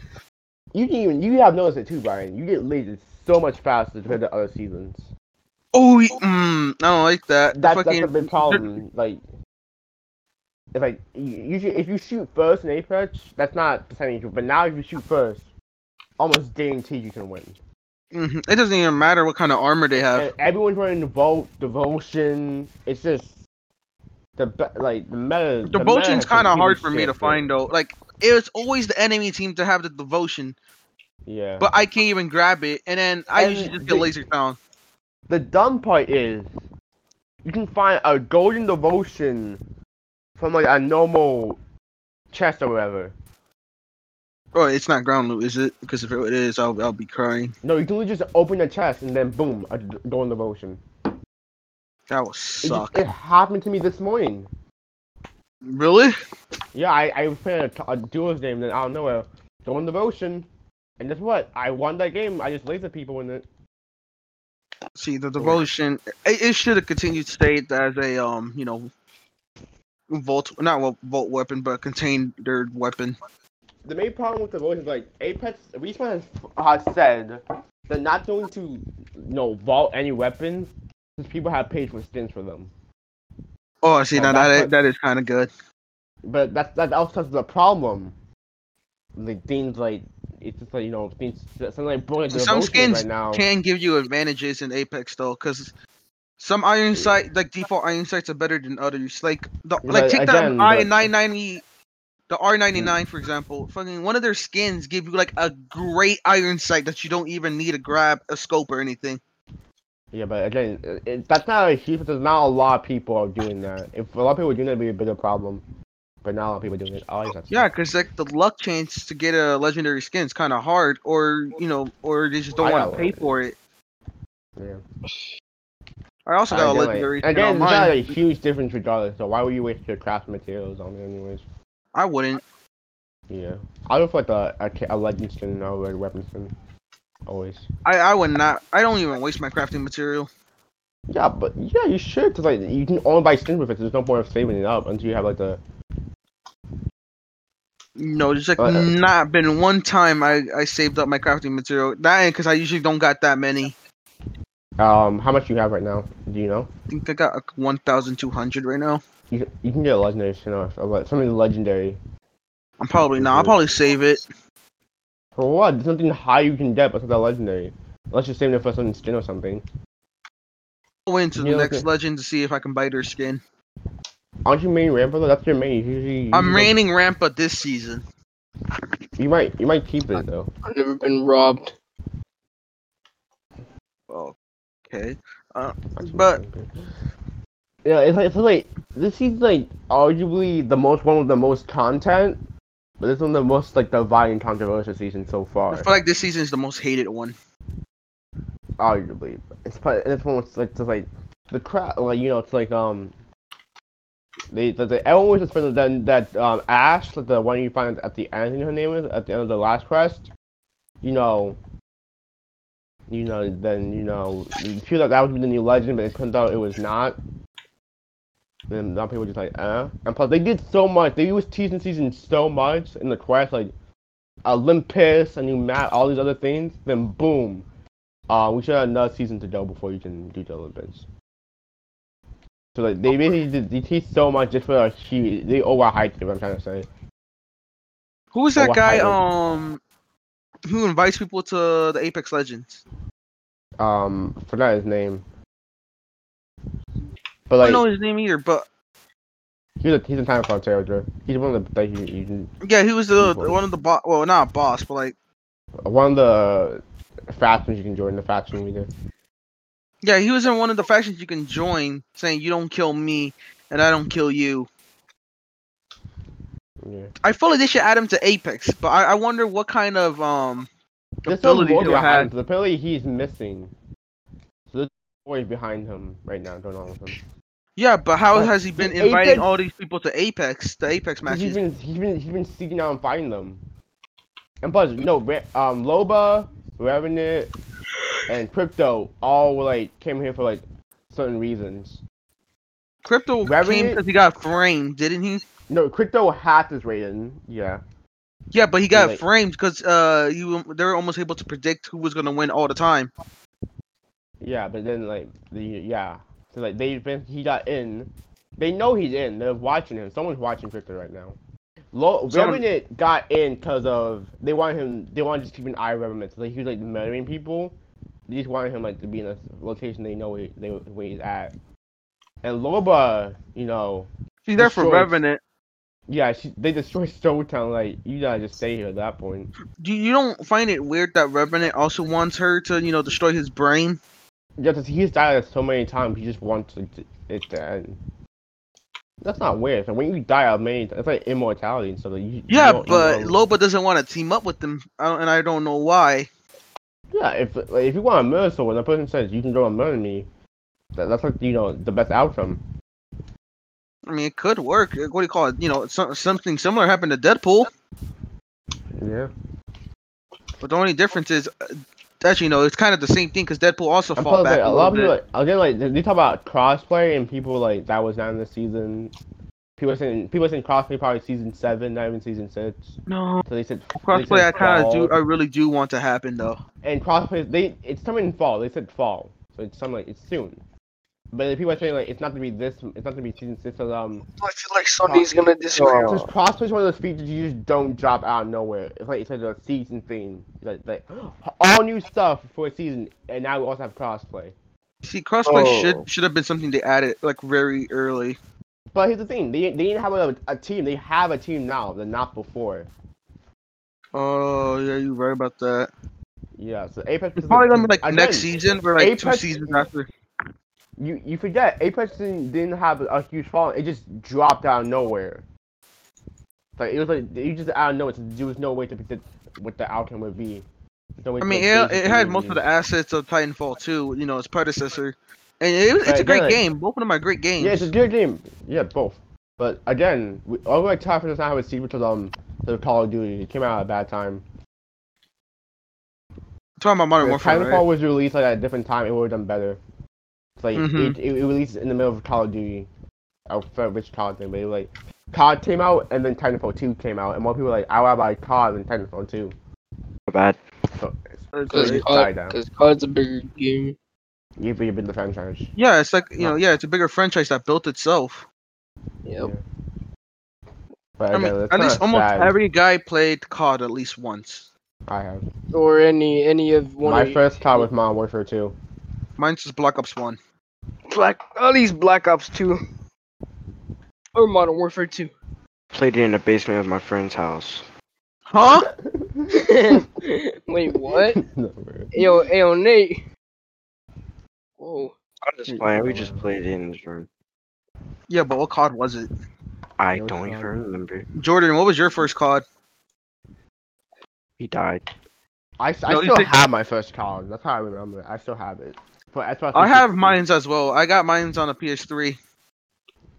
S2: you can even you have noticed it too, Brian. You get lazy so much faster compared to other seasons.
S1: Oh, y- mm, I don't like that. The
S2: That,
S1: fucking,
S2: that's a big problem. Like it's like you, you should, if you shoot first in Apex, that's not percentage, but now if you shoot first, almost guaranteed you can win.
S1: Mhm, It doesn't even matter what kind of armor they have.
S2: and everyone's running the vote, devotion. It's just the be- like the meta. the
S1: Devotion's
S2: meta has
S1: kind of
S2: really
S1: hard for me to
S2: shifted.
S1: find though. Like it's always the enemy team to have the devotion,
S2: Yeah,
S1: but I can't even grab it. And then I
S2: And
S1: usually just
S2: the-
S1: get laser down.
S2: the dumb part is you can find a golden devotion from like a normal chest or whatever.
S1: Oh, it's not ground loot, is it? Because if it is, I'll I'll be crying.
S2: No, you can literally just open the chest and then boom, a d- golden devotion.
S1: That would
S2: It, just-
S1: suck.
S2: it happened to me this morning.
S1: Really?
S2: Yeah, I, I was playing a, t- a duel's game, then out of nowhere, golden devotion. And guess what? I won that game. I just lasered people in it.
S1: See, the devotion it, it should have continued state as a um, you know, volt not well, volt weapon, but a contained weapon.
S2: the main problem with the voice is like Apex. Respawn has, has said they're not going to, you know, vault any weapons because people have paid for skins for them.
S1: Oh, see,
S2: Oh,
S1: now
S2: that
S1: that
S2: part-
S1: that is kind of good.
S2: But that's that also is the problem. Like things like it's just like you know things something like bullet
S1: Some
S2: devotion
S1: skins
S2: right now.
S1: can give you advantages in Apex though, because some iron sight, like default iron sights, are better than others. Like the
S2: Yeah,
S1: like
S2: but
S1: take
S2: again,
S1: the I
S2: but-
S1: nine ninety, the R ninety nine for example. Fucking one of their skins give you like a great iron sight that you don't even need to grab a scope or anything.
S2: Yeah, but again, it, it- that's not a huge. There's not a lot of people are doing that. If a lot of people are doing that, it'd be a bigger problem. But not a lot of people are doing it. I like that.
S1: Yeah, because like the luck chance to get a legendary skin is kind of hard, or you know, or they just don't
S2: I
S1: want to
S2: got
S1: pay
S2: one.
S1: for it.
S2: Yeah.
S1: I also got a
S2: Again,
S1: legendary
S2: like,
S1: skin
S2: again,
S1: on
S2: it's not
S1: mine.
S2: a huge difference regardless. So why would you waste your craft materials on it anyways?
S1: I wouldn't.
S2: Yeah. I would put the a, ca- a legend skin over a weapon skin. Always.
S1: I I would not. I don't even waste my crafting material.
S2: Yeah, but yeah, you should, cause like you can only buy skins with it. There's no point of saving it up until you have like the.
S1: No, there's like
S2: Uh, uh.
S1: not been one time I, I saved up my crafting material. That ain't because I usually don't got that many.
S2: Um, how much you have right now? Do you know?
S1: I think I got like 1,200 right now.
S2: You you can get a legendary skin or or, like, something legendary.
S1: I'm probably not. I'll
S2: Mhm.
S1: probably save it.
S2: For what? There's nothing high you can get besides that legendary. Unless you're saving it for some skin or something.
S1: I'll wait until the
S2: Yeah,
S1: next
S2: okay.
S1: legend to see if I can bite her skin.
S2: Aren't you main ramp though? That's your main. You usually,
S1: I'm
S2: you,
S1: reigning Rampa this season.
S2: You might you might keep it though.
S3: I've never been robbed.
S1: Okay.
S2: That's
S1: But-
S2: what I'm thinking. yeah, it's like, it's like this is like arguably the most one of the most content, but this one of the most like dividing controversial season so
S1: I
S2: far.
S1: feel like this season is the most hated one.
S2: Arguably, it's probably and this one was like just like the crowd, like you know, it's like um. They, the, the, everyone was just friends with then that um Ash, like the one you find at the end, her name is at the end of the last quest. You know. You know, then you know, you feel like that would be the new legend, but it turns out it was not. And now people were just like, eh. And plus, they did so much. They used teasing season so much in the quest, like Olympus, a new map, all these other things. Then boom, uh, we should have another season to go before you can do the Olympics. So like they basically did, they teased so much just for a huge. They overhyped it. What I'm trying to say.
S1: Who is that
S2: what
S1: guy?
S2: highlight?
S1: Um, who invites people to the Apex Legends?
S2: Um, forgot his name.
S1: I
S2: But like,
S1: don't know his name either, but
S2: he's a he's a time Ontario Drew. He's one of the like, he, he,
S1: yeah, he was the
S2: People.
S1: one of the boss. Well, not a boss, but like
S2: one of the factions you can join. The faction leader.
S1: Yeah, he was in one of the factions you can join, saying you don't kill me and I don't kill you.
S2: Yeah.
S1: I feel like they should add him to Apex, but I, I wonder what kind of um
S2: There's some
S1: ability
S2: lore
S1: they had.
S2: behind. Apparently, he's missing. So there's boys behind him right now going on with him.
S1: Yeah, but how
S2: Well,
S1: has he been
S2: the
S1: inviting
S2: Apex-
S1: all these people to Apex, the Apex
S2: Because He's
S1: matches?
S2: been he's been he's been seeking out and finding them. And plus, you know, Re- um, Loba, Revenant, and Crypto all were, like came here for like certain reasons.
S1: Crypto
S2: Gravity-
S1: came because he got framed, didn't he?
S2: No, crypto had this rating. Yeah.
S1: Yeah, but he got
S2: like-
S1: framed because uh, you they were almost able to predict who was gonna win all the time.
S2: Yeah, but then like the yeah, so like they've been he got in. They know he's in. They're watching him. Someone's watching Victor right now. Lo-
S1: Someone-
S2: Revenant got in because of they wanted him. They wanted to just keep an eye on Revenant. So like he was like murdering people. They just wanted him like to be in a location they know where, they, where he's at. And Loba, you know,
S1: He's there for
S2: Destroyed.
S1: revenant.
S2: yeah, she, they destroyed Town. Like you gotta just stay here at that point.
S1: Do you don't find it weird that revenant also wants her to you know destroy his brain?
S2: Yeah, 'cause he's died so many times, he just wants it to, it to end. That's not weird. So when you die out many, it's like immortality and stuff. Like you,
S1: Yeah,
S2: you don't- you
S1: but
S2: don't-
S1: Loba doesn't want to team up with them, I don't- and I don't know why.
S2: yeah, if like, if you want to murder someone, the person says you can go and murder me. That, that's like you know the best outcome.
S1: I mean, it could work. What do you call it? You know, so, something similar happened to Deadpool,
S2: Yeah.
S1: but the only difference is, uh, actually, no, it's kind of the same thing because Deadpool also
S2: And
S1: fought
S2: plus,
S1: back.
S2: like,
S1: a
S2: a lot of people
S1: little bit.
S2: like, again like they they talk about crossplay and people like that was not in the season. People are saying people are saying crossplay probably season seven, not even season six.
S1: No,
S2: So they said
S1: crossplay. I kind of do.
S2: fall.
S1: I really do want to happen though.
S2: and crossplay they it's coming in fall. They said fall, so it's something like it's soon. But if people are saying like it's not gonna be this, it's not gonna be season six. 'cause, um,
S3: I feel like
S2: Oh,
S3: somebody's gonna disagree.
S2: just crossplay is one of those features you just don't drop out of nowhere. It's like it's like a season thing, like like all new stuff for a season, and now we also have crossplay.
S1: See, crossplay
S4: Oh.
S1: should should have been something they added like very early.
S2: But here's the thing: they they didn't have a, a team. They have a team now, they're not before.
S1: Oh yeah, you're right about that.
S2: Yeah, so Apex
S1: It's
S2: is
S1: probably gonna be like
S2: again,
S1: next season or like two
S2: Apex-
S1: seasons after.
S2: You you forget Apex didn't, didn't have a huge following. It just dropped out of nowhere. Like it was like you just out of nowhere. so There was no way to predict what the outcome would be. There's no way
S1: I
S2: to
S1: mean,
S2: engage
S1: it,
S2: the
S1: it had most of the
S2: community.
S1: assets of Titanfall 2, you know, its predecessor, and it, was- it's a
S2: Right,
S1: great
S2: yeah.
S1: game. Both of them are great games.
S2: Yeah, it's a good game. Yeah, both. But again, we, all my time for does not have a sequel to um the Call of Duty. It came out at a bad time.
S1: talking about Modern
S2: If
S1: Warfare.
S2: Titanfall
S1: right?
S2: was released like, at a different time, it would have done better. It's like
S1: Mhm.
S2: it, it, it released in the middle of Call of Duty. I forget which COD thing, but it, like COD came out and then Titanfall 2 came out, and more people were like, I want to buy COD than Titanfall 2.
S4: My bad.
S2: So,
S1: It's-
S2: just died down.
S3: Because COD's a bigger game.
S2: you've been you've been the franchise.
S1: Yeah, it's like you know, yeah, it's a bigger franchise that built itself.
S3: Yep.
S2: But
S1: I
S2: again,
S1: mean,
S2: that's
S1: at
S2: kinda
S1: least almost
S2: sad.
S1: every guy played COD at least once.
S2: I have.
S3: Or any any of one
S2: My
S3: of
S2: first COD was Modern Warfare 2.
S1: Mine's just Black Ops One.
S3: Black at least Black Ops two. Or Modern Warfare two.
S4: Played it in the basement of my friend's house.
S1: Huh?
S3: Wait, what?
S2: No, we're-
S3: Yo, yo, Nate. Whoa.
S4: I'm just playing. We just played it in his room.
S1: Yeah, but what COD was it?
S4: I
S2: No, it's
S4: don't even
S2: not.
S4: remember.
S1: Jordan, what was your first COD?
S4: He died.
S2: I, I
S1: No, you
S2: still
S1: think-
S2: have my first COD. That's how I remember it. I still have it. But that's why
S1: I have
S2: 360.
S1: mine's as well. I got mine's on a PS3.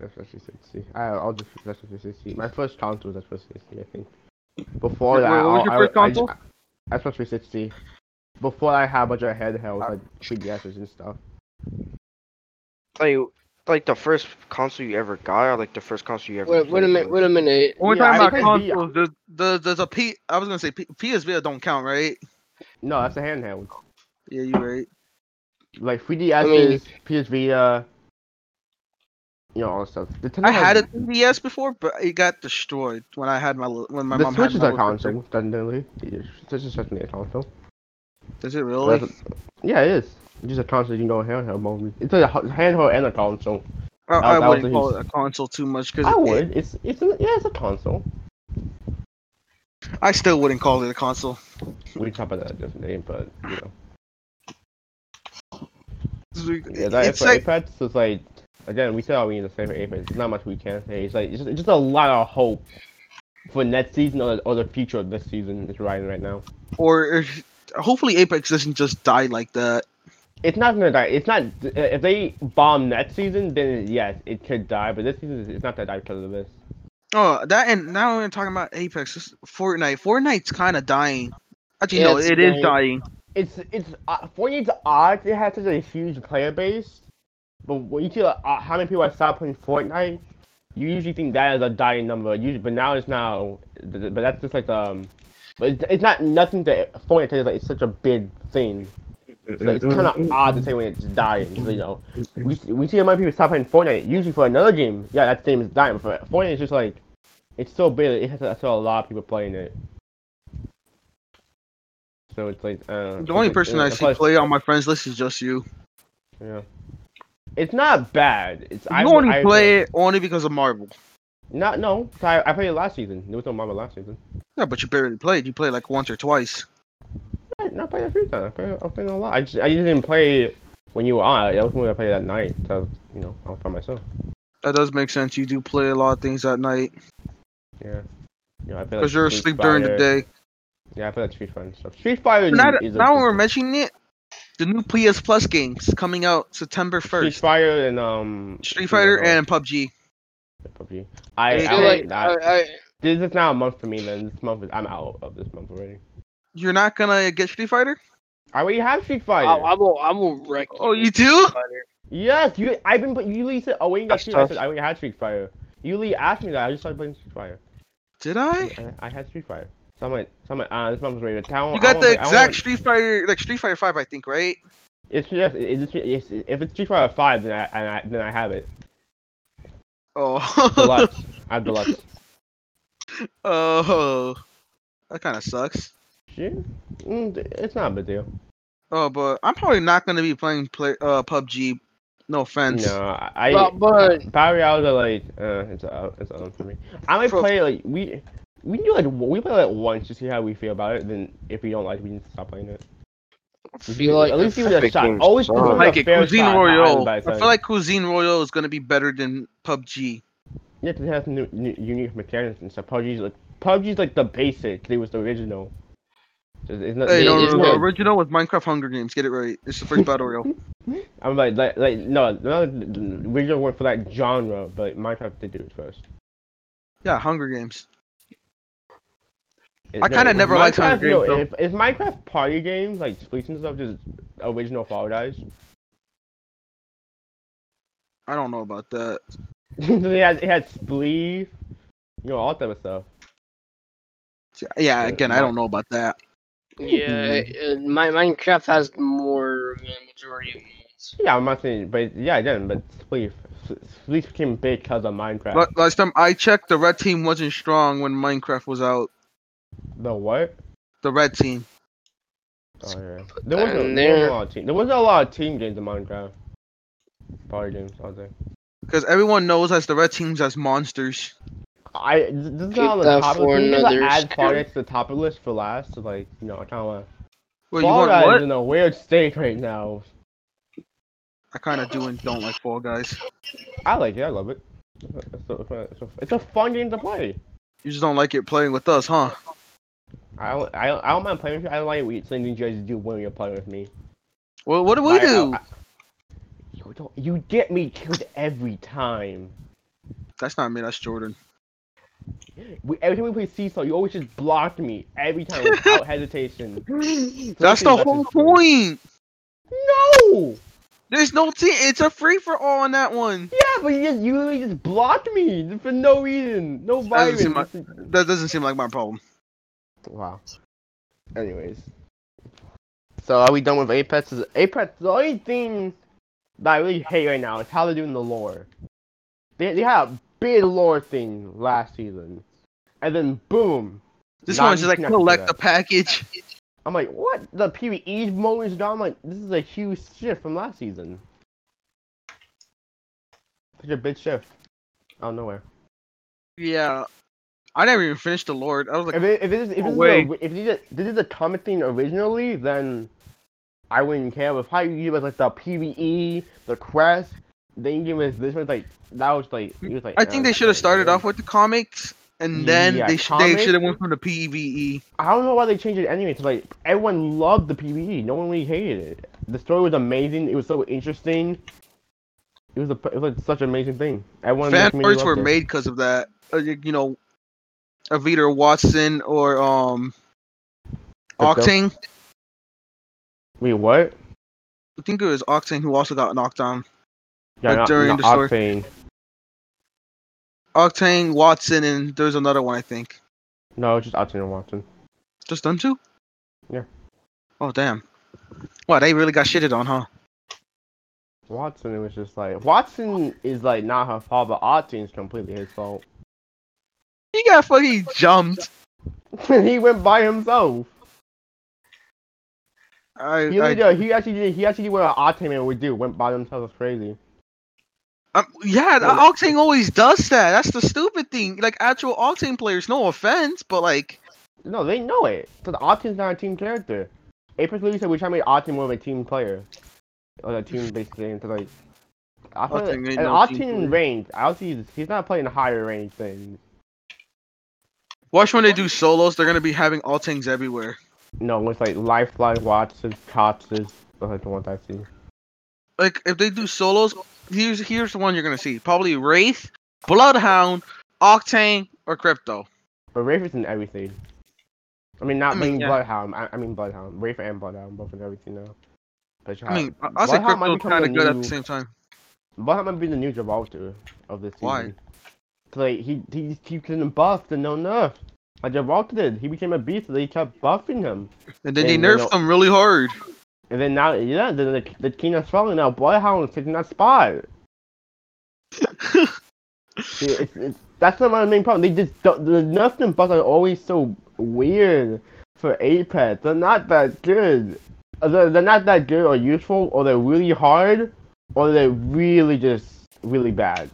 S2: That's what 360. I have all the that's what 360. My first console was Xbox 360, I think. Before
S1: Wait,
S2: that,
S1: what was your
S2: I,
S1: first
S2: I,
S1: console?
S2: I, Xbox 360. Before I had a bunch of handhelds like 3DSs and stuff.
S4: Like, like the first console you ever got, or like the first console you ever.
S3: Wait, wait a
S4: played
S3: minute.
S4: with?
S3: Wait a minute.
S1: When we're
S2: Yeah, I
S1: talking about
S2: played Vita.
S1: consoles, there's, there's, there's a P. I was gonna say P, PS Vita don't count, right?
S2: No, that's a handheld.
S1: Yeah, you're right.
S2: Like 3DSs, PS Vita. You know all that stuff. Nintendo
S1: I had a
S2: has-
S1: 3DS before, but it got destroyed when I had my li- when my
S2: the
S1: mom
S2: Switch
S1: had
S2: is
S1: my
S2: a
S1: little
S2: console, definitely. Switch is definitely a console.
S1: sister. Is it
S2: Well,
S1: really?
S2: that's a- yeah, it is. It's just a console, you know, a handheld mode. It's a h- handheld and a console.
S1: I,
S2: that
S1: I
S2: was
S1: wouldn't
S2: a
S1: call
S2: huge-
S1: it a console too much because
S2: I would. It's it's a, yeah, it's a console.
S1: I still wouldn't call it a console.
S2: We can talk about that a different day, but you know, yeah, that
S1: it's
S2: Apex,
S1: like
S2: Apex is like again, we said all we need to say for Apex. There's not much we can say. It's like it's just, it's just a lot of hope for next season or, or the future of this season is riding right now.
S1: or if- hopefully Apex doesn't just die like that.
S2: It's not gonna die. It's not if they bomb next season, then yes, it could die. But this season, is- it's not gonna die because of this.
S1: Oh, that and now we're talking about Apex. this- Fortnite. Fortnite's kind of dying. Actually,
S3: Yeah,
S1: no,
S3: it's
S1: it is
S3: dying.
S1: dying.
S2: It's it's uh, Fortnite's odd. It has such a huge player base, But when you see like, uh, how many people have stopped playing Fortnite, you usually think that is a dying number. Usually, but now it's now, but that's just like um, but it's, it's not nothing to Fortnite. 'cause It's like it's such a big thing. So it's kind
S4: Mm-hmm.
S2: of odd to say when it's dying. You know, we we see a lot of people stop playing Fortnite. Usually for another game, yeah, that game is dying. But for Fortnite, it's just like it's so big. It has I saw a lot of people playing it. So it's like uh,
S1: The only person I see
S2: play.
S1: play on my friends list is just you.
S2: Yeah. It's not bad. It's
S1: You only play it only because of Marvel.
S2: Not no. 'cause I, I played it last season. There was no Marvel last season.
S1: Yeah, but you barely played. You played like once or twice.
S2: I, I played it a few times. I played, I played it a lot. I just, I just didn't play when you were on. That was when I played at night. So you know, I was by myself.
S1: That does make sense. You do play a lot of things at night
S2: Yeah. Yeah, I played.
S1: because you're
S2: Street
S1: asleep during the
S2: Fighter.
S1: day.
S2: Yeah, I played like Street Fighter and stuff. Street Fighter
S1: Now, that-
S2: is a-
S1: now we're mentioning it, the new PS Plus games coming out September
S2: Street
S1: 1st.
S2: Fighter and um
S1: Street Fighter and PUBG.
S2: PUBG.
S1: Hey,
S2: I, I,
S3: I
S1: Yeah,
S3: feel
S1: I'm
S3: like
S2: not-
S3: I, I,
S2: this is now a month for me, man. This month is I'm out of this month already.
S1: You're not gonna get Street Fighter?
S2: I already have Street Fighter.
S3: I, I'm a, I'm a wreck.
S1: Oh, you do?
S2: Yes, you. I've been. put- You literally said, "Oh, wait, you got
S4: That's
S2: Street Fighter." I
S4: tough.
S2: said, "I already had Street Fighter." You literally asked me that. I just started playing Street Fighter.
S1: Did I?
S2: I, I had Street Fighter. So I'm like, so I'm like, ah, this mom's ready to town.
S1: You got the exact Street Fighter, like Street Fighter Five, I think, right?
S2: It's yes. It, it's, it's, if it's Street Fighter Five, then I, and I then I have it.
S1: Oh,
S2: Deluxe. I have deluxe.
S1: oh, that kind of sucks.
S2: Shit. Mm, th- it's not a big deal.
S1: Oh, but I'm probably not gonna be playing play, uh, PUBG. No offense.
S2: No, I. I
S3: But, but
S2: Power hours are like, uh, it's out, it's out for me. I might
S1: For-
S2: play like we. We do like we play like once to see how we feel about it. Then if we don't like, it, we can stop playing it.
S3: I feel like
S2: at least give it a
S4: Epic
S2: shot.
S4: Games
S2: Always give
S4: suck.
S2: it
S1: Like
S2: a
S1: it,
S2: fair
S1: Cuisine
S2: shot.
S1: Royale. I
S2: I
S1: feel like Cuisine Royale is gonna be better than PUBG.
S2: Yeah, 'cause it has new, new unique mechanics and stuff. PUBG's like PUBG's like the basic. 'cause It was the original. So It's not,
S1: Hey,
S2: it-
S1: no, no,
S2: it's
S1: no, no.
S2: not-
S1: Original was Minecraft Hunger Games. Get it right. It's the first battle royale.
S2: I'm like, like, like no, no, the original word for that genre, but Minecraft did do it first.
S1: Yeah, Hunger Games.
S2: It-
S1: I
S2: no,
S1: kinda never liked
S2: Minecraft,
S1: Hunger
S2: no,
S1: Games, though.
S2: if- Is Minecraft party games like splits and stuff just original Fall Guys?
S1: I don't know about that.
S2: it had it had Spleef, you know, all type of stuff.
S1: Yeah,
S2: Uh,
S1: again, I
S2: Mi-
S1: don't know about that.
S3: yeah, uh, my Minecraft has more than majority of modes.
S2: Yeah, I'm not saying, but yeah, I didn't. But Spleef, Spleef became big because of Minecraft.
S1: La- Last time I checked, the red team wasn't strong when Minecraft was out.
S2: the what?
S1: The red team.
S2: Oh, yeah. There wasn't,
S3: And
S2: there wasn't
S3: there-
S2: a lot of team. There wasn't a lot of team games in Minecraft. Party games, I think.
S1: Because everyone knows as the red teams as monsters.
S2: I th- this is
S3: Keep
S2: not on the
S3: that
S2: top of the
S3: for
S2: list.
S3: another
S2: add
S3: show.
S2: Fall Guys to the top of the list for last. So like, you know, I kind of want.
S1: Wait,
S2: Fall
S1: you
S2: Guys
S1: want what?
S2: is in a weird state right now.
S1: I kind of do and don't like Fall Guys.
S2: I like it. I love it. It's a, it's a- it's a, it's a fun game to play.
S1: You just don't like it playing with us, huh?
S2: I don't, I don't, I don't mind playing with you. I don't like what things you guys do when you're playing with me.
S1: Well, what do we
S2: Like, I-
S1: do?
S2: I- you don't. You get me killed every time.
S1: That's not me. That's Jordan.
S2: We, every time we play seesaw, you always just block me every time without hesitation.
S1: That's the whole point.
S2: No.
S1: There's no team. It's a free for all on that one.
S2: Yeah, but you just you literally just blocked me for no reason, no
S1: That doesn't
S2: virus.
S1: seem That doesn't seem like my problem.
S2: Wow. Anyways, so are we done with Apex? Is Apex the only thing that I really hate right now is how they're doing the lore. They they had a big lore thing last season, and then boom,
S1: This
S2: Nah,
S1: one's
S2: you
S1: just like
S2: cannot do
S1: collect
S2: that.
S1: the package.
S2: I'm like, what? The PvE mode is gone. I'm like, this is a huge shift from last season. Such a big shift. Out of nowhere.
S1: Yeah. I never even finished the Lord. I was like,
S2: If it, if this, if this, is,
S1: Away.
S2: a, if this, is a, this is a common thing originally, then I wouldn't care. But how you give us like the PVE, the quest, then you give us this one, it's like that was like, it was like. uh,
S1: I think they should have started off with the comics, and then
S2: Yeah,
S1: they sh-
S2: comics.
S1: they should have went from the E PVE.
S2: I don't know why they changed it anyway. 'cause, like everyone loved the PVE, no one really hated it. The story was amazing. It was so interesting. It was a, it was like, such an amazing thing. Everyone in the
S1: Fan
S2: community
S1: arts were
S2: loved it.
S1: made because of that. Uh, y- you know, of either Watson or um
S2: Crypto?
S1: Octane.
S2: Wait, what?
S1: I think it was Octane who also got knocked down. Like, during the story.
S2: Octane.
S1: Octane, Watson, and there's another one I think.
S2: No, it's just Octane and Watson.
S1: Just them two?
S2: Yeah.
S1: Oh damn. Wow, they really got shitted on, huh?
S2: Watson, it was just like Watson is like not her fault, but Octane's completely his fault.
S1: He got fucking jumped.
S2: he went by himself.
S1: I,
S2: He,
S1: I,
S2: literally did- he actually did. He actually did what an Octane man would do. Went by themselves. It's crazy.
S1: Um, yeah, the Octane always does that. That's the stupid thing. Like actual Octane players, no offense, but like,
S2: No, they know it. Cause Octane's not a team character. Apex Legends said we try to make Octane more of a team player, or a team-based thing. Cause like, I feel like,
S1: Octane ain't
S2: and
S1: no team
S2: Octane in
S1: player.
S2: range. I don't see. He's not playing higher range things.
S1: watch when they do solos, they're gonna be having Octanes everywhere.
S2: No, it's like Lifeline, Watson, Copses. Those are the ones I see.
S1: Like if they do solos, here's here's the one you're gonna see. Probably Wraith, Bloodhound, Octane, or Crypto.
S2: But Rafe is in everything. I mean, not
S1: I
S2: I
S1: mean,
S2: mean,
S1: yeah.
S2: Bloodhound. I, I mean Bloodhound. Rafe and Bloodhound both in everything now. But you
S1: I mean, I-
S2: have-
S1: I say
S2: Bloodhound might
S1: Crypto
S2: become
S1: kind of good at
S2: new-
S1: the same time.
S2: Bloodhound might be the new Gibraltar of this season.
S1: Why?
S2: Cause like he he keeps getting buffed and no nerf. Like Gibraltar did. He became a beast. So they kept buffing him.
S1: And then
S2: They
S1: they
S2: know-
S1: nerfed him really hard.
S2: And then now, yeah, then the the king is falling. Now Bloodhound is taking that spot. See, it's, it's, that's not my main problem. They just don't, the nothing buffs are always so weird for Apex. They're not that good. Uh, They're, they're not that good or useful, or they're really hard, or they're really just really bad.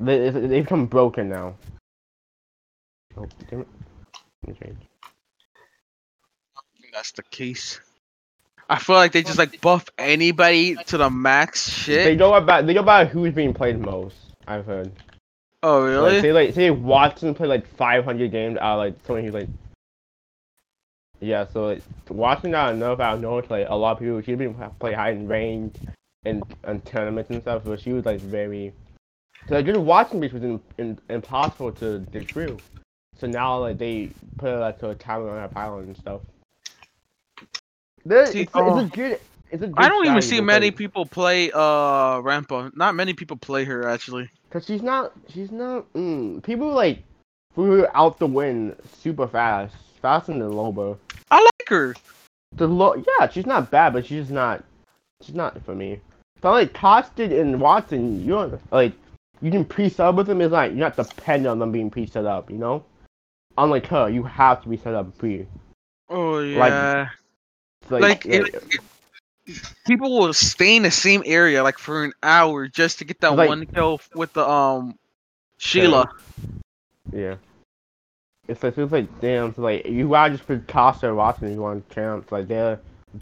S2: They they they become broken now. Oh, damn it. Let me change.
S1: think that's the case. I feel like they just like buff anybody to the max
S2: They
S1: shit.
S2: go about they go about who's being played most. I've heard.
S1: Oh really?
S2: Like, say like say Watson played like 500 games out of like someone who's like. Yeah, so like Watson got enough out of nowhere. to, Like a lot of people, she's been play high in range and and tournaments and stuff. So she was like very. So like just watching beach was in, in, impossible to dig through. So now like they put like to a timer on that island and stuff. There-
S1: See,
S2: it's, it's
S1: uh,
S2: a good. It's a good
S1: I don't even
S2: strategy
S1: see
S2: to
S1: many
S2: play.
S1: people play uh Rampa. Not many people play her actually.
S2: Cause she's not, she's not. Mm, people like threw her out the wind super fast, faster than Lobo.
S1: I like her.
S2: The lo- yeah, she's not bad, but she's just not, she's not for me. But like Costin and Watson, you don't like, you can pre-sub with them. It's like you're not dependent on them being pre-set up, you know. Unlike her, you have to be set up pre.
S1: Oh
S2: Like-
S1: yeah.
S2: It's
S1: Like,
S2: yeah,
S1: it- people will stay in the same area like for an hour just to get that
S2: Like-
S1: one kill with the um Sheila.
S2: yeah. It's like it's like damn, so like you gotta just put Costa and Watson if you want camps. Like they're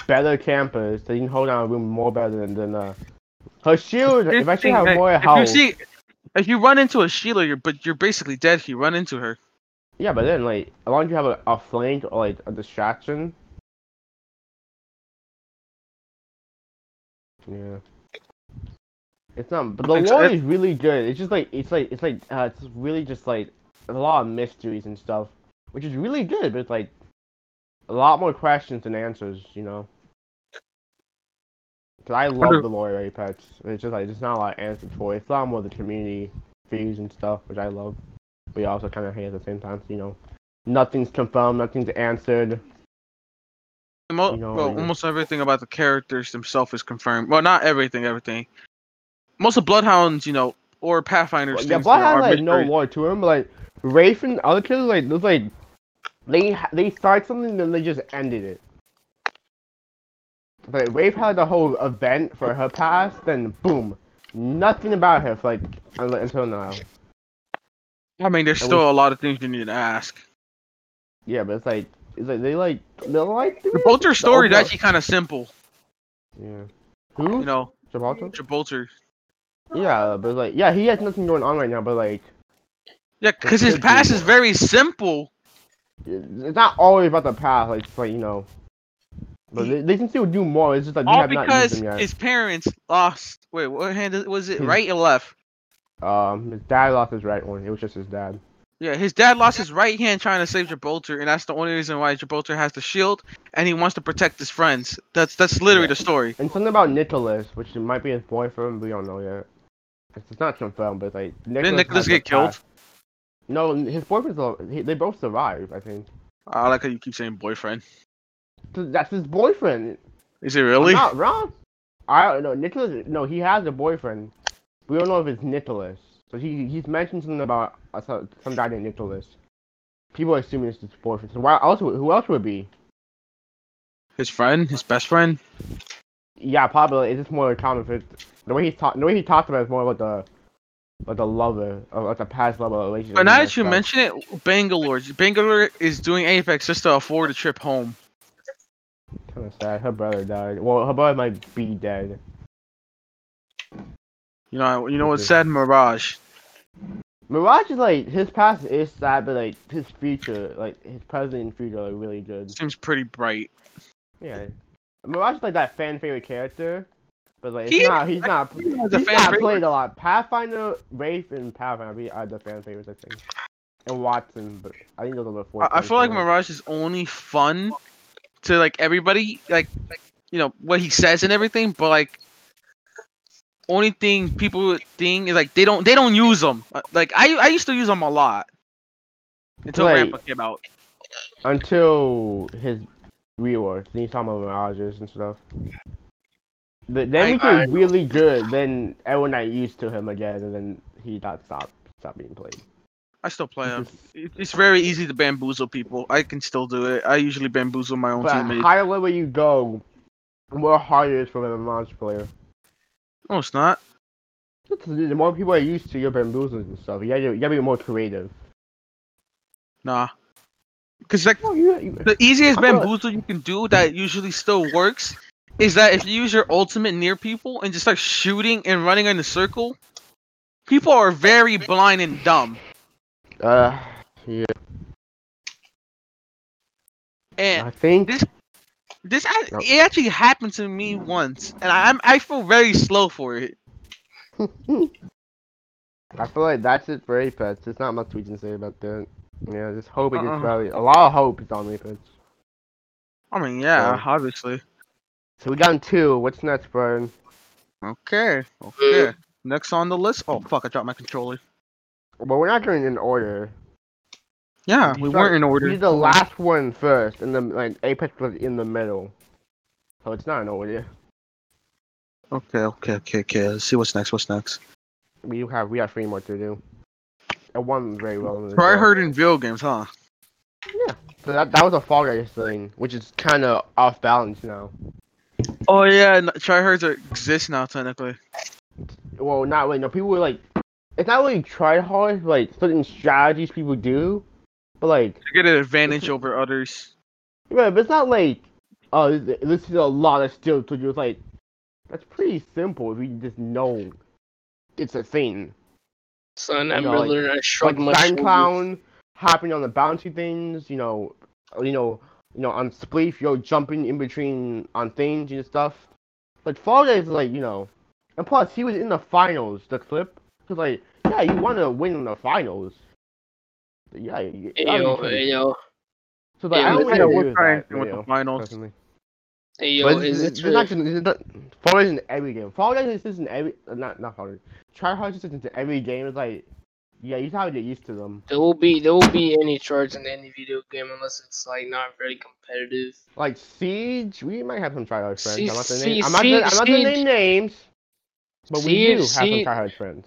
S2: better campers, so you can hold down a room more better than than uh her shield.
S1: Here's
S2: If
S1: the
S2: I should
S1: thing,
S2: have
S1: like,
S2: more
S1: if you
S2: health,
S1: see, if you run into a Sheila, you're but you're basically dead. If you run into her.
S2: yeah, but then like as long as you have a, a flank or like a distraction. Yeah. It's not, but the
S1: It's-
S2: lore
S1: it-
S2: is really good. It's just like it's like it's like uh, it's really just like a lot of mysteries and stuff, which is really good. But it's like a lot more questions than answers, you know. 'Cause I
S1: Wonder-
S2: love the lore of Apex. It's just like there's not a lot of answers for. it. It's a lot more the community views and stuff, which I love. But you also kind of hate at the same time, you know. Nothing's confirmed, nothing's answered.
S1: Mo-
S2: You know,
S1: well,
S2: like-
S1: almost everything about the characters themselves is confirmed. Well, not everything, everything. Most of Bloodhounds, you know, or Pathfinders.
S2: Well, yeah,
S1: things
S2: Blood
S1: are
S2: had like no
S1: arbitrary.
S2: lore to him. but, Like Rafe and other kids, like there's like they ha- they start something then they just ended it. Like Rafe had the whole event for her past, then boom, nothing about her for, like un- until now.
S1: I mean, there's
S2: At
S1: still a lot of things you need to ask.
S2: Yeah, but it's like it's like they like they like
S1: Both their stories
S2: overall-
S1: actually kind of simple,
S2: yeah. Who?
S1: you know.
S2: Gibraltar?
S1: Gibraltar.
S2: Yeah, but like yeah, he has nothing going on right now. But like,
S1: Yeah, because
S2: There
S1: his
S2: should be
S1: past is
S2: more.
S1: very simple.
S2: it's not always about the past. Like it's like you know, but they, they can still do more. It's just like we
S1: All
S2: have not
S1: because
S2: used them yet. Hmm.
S1: his parents lost. Wait, what hand is- was it?
S2: His-
S1: Right and left.
S2: Um, his dad lost his right one. It was just his dad.
S1: Yeah, his dad lost his right hand trying to save Gibraltar, and that's the only reason why Gibraltar has the shield, and he wants to protect his friends. That's that's literally the story.
S2: And something about Nicholas, which it might be his boyfriend, we don't know yet. It's, it's not confirmed, but it's like Nicholas
S1: Didn't Nicholas
S2: has a
S1: get killed?
S2: past- No, his boyfriend's. al- He, they both survived, I think.
S1: I like how you keep saying boyfriend.
S2: Th- That's his boyfriend.
S1: Is he
S2: I'm
S1: really?
S2: not wrong. I don't know. Nicholas. No, he has a boyfriend. We don't know if it's Nicholas. So he he's mentioned something about uh, so- some guy named Nicholas. People are assuming it's his boyfriend. So why else? would- Who else would it be?
S1: His friend, his best friend.
S2: Yeah, probably. It's just more common for the way he's talk. The way he talked about it is more about the, about the lover, or like the past lover relationship.
S1: But now that
S2: stuff.
S1: you mention it, Bangalore. Bangalore is doing Apex just to afford a trip home.
S2: kind of sad. Her brother died. Well, her brother might be dead.
S1: You know, you know what's sad, Mirage.
S2: Mirage is like his past is sad, but like his future, like his present and future, are really good.
S1: Seems pretty bright.
S2: Yeah, Mirage is like that fan favorite character, but like
S1: He-
S2: he's not. He's not.
S1: he was
S2: He's
S1: a
S2: not
S1: fan favorite.
S2: played a lot. Pathfinder, Wraith, and Pathfinder are the fan favorites, I think. And Watson, but I think those are the four.
S1: I, I feel like
S2: characters.
S1: Mirage is only fun to like everybody, like, like you know what he says and everything. But like, only thing people would think is like they don't they don't use them. Like I I used to use them a lot until
S2: Right.
S1: Rampa came out.
S2: until his rework, then you talk about Mirages and stuff. But
S1: I-
S2: then he
S1: I-
S2: was really good. Then everyone got used to him again, and then he got stopped, stopped being played.
S1: I still play them.
S2: This is-
S1: It's very easy to bamboozle people. I can still do it. I usually bamboozle my own
S2: But
S1: teammates.
S2: higher level you go, the more harder it is for a Mirage player.
S1: No, it's not.
S2: Just The more people are used to your bamboozles and stuff, you gotta, you gotta be more creative.
S1: Nah, because like
S2: No, you, you,
S1: The easiest
S2: I feel like-
S1: bamboozle you can do that usually still works is that if you use your ultimate near people and just start shooting and running in a circle, people are very blind and dumb.
S2: uh, yeah, I
S1: And
S2: think
S1: This- this act-
S2: Yep.
S1: it actually happened to me once, and I, I'm I feel very slow for it.
S2: I feel like that's it for Apex. There's not much we can say about that. Yeah, just hope it
S1: Uh-uh.
S2: gets value. A lot of hope is on Apex.
S1: I mean, yeah,
S2: Yeah.
S1: obviously.
S2: So we got two. What's next, Brian?
S1: Okay, okay. Next on the list. Oh fuck! I dropped my controller.
S2: Well, we're not doing it in order.
S1: Yeah,
S2: You
S1: we
S2: start-
S1: weren't in
S2: We
S1: order.
S2: did the last one first, and then like Apex was in the middle. So it's not in order.
S1: Okay, okay, okay, okay. Let's see what's next. What's next?
S2: We have we have three more to do. And one very well.
S1: Try hard in video games, huh?
S2: So that, that was a Fall Guys thing, which is kind of off balance now.
S1: Oh yeah, n- tryhards are, exist now technically.
S2: Well, not really. No, people were like, it's not really try hard. Like certain strategies people do, but like
S1: to get an advantage over others.
S2: Right, but it's not like, oh, this, this is a lot of steel to do. It's like, that's pretty simple if you just know it's a thing.
S3: Son, I'm
S2: No,
S3: really
S2: like-
S3: learning to shrug
S2: Like
S3: my
S2: Shine
S3: shoulders.
S2: Clown, hopping on the bouncy things, you know, you know, you know, on Spleef, you're jumping in between on things and stuff. But Fall Guys, is like, you know, and plus he was in the finals, the clip. Cause like, yeah, you want to win in the finals. Yeah, you,
S3: Hey,
S2: that'd be
S3: yo,
S2: pretty-
S3: hey, yo,
S2: so like, I
S3: yo,
S2: don't
S3: yeah,
S2: really agree with
S1: trying
S2: that,
S1: to with
S2: you
S1: the
S2: know,
S1: finals.
S2: personally.
S3: hey, yo,
S2: But
S3: is it
S2: it's, it's not
S3: true?
S2: just it's not, Fall Guys in every game. Fall Guys is just in every uh, not not Fall Guys. Try hard just in every game. It's like yeah, you just have to get used to them.
S3: There will be there will be any charge in any video game unless it's like not very competitive.
S2: Like Siege, we might have some tryhard friends. I'm not gonna
S3: See-
S2: name, I'm not gonna, I'm not gonna
S3: Siege-
S2: name names, but we do have
S3: Siege-
S2: some
S3: Siege-
S2: tryhard friends.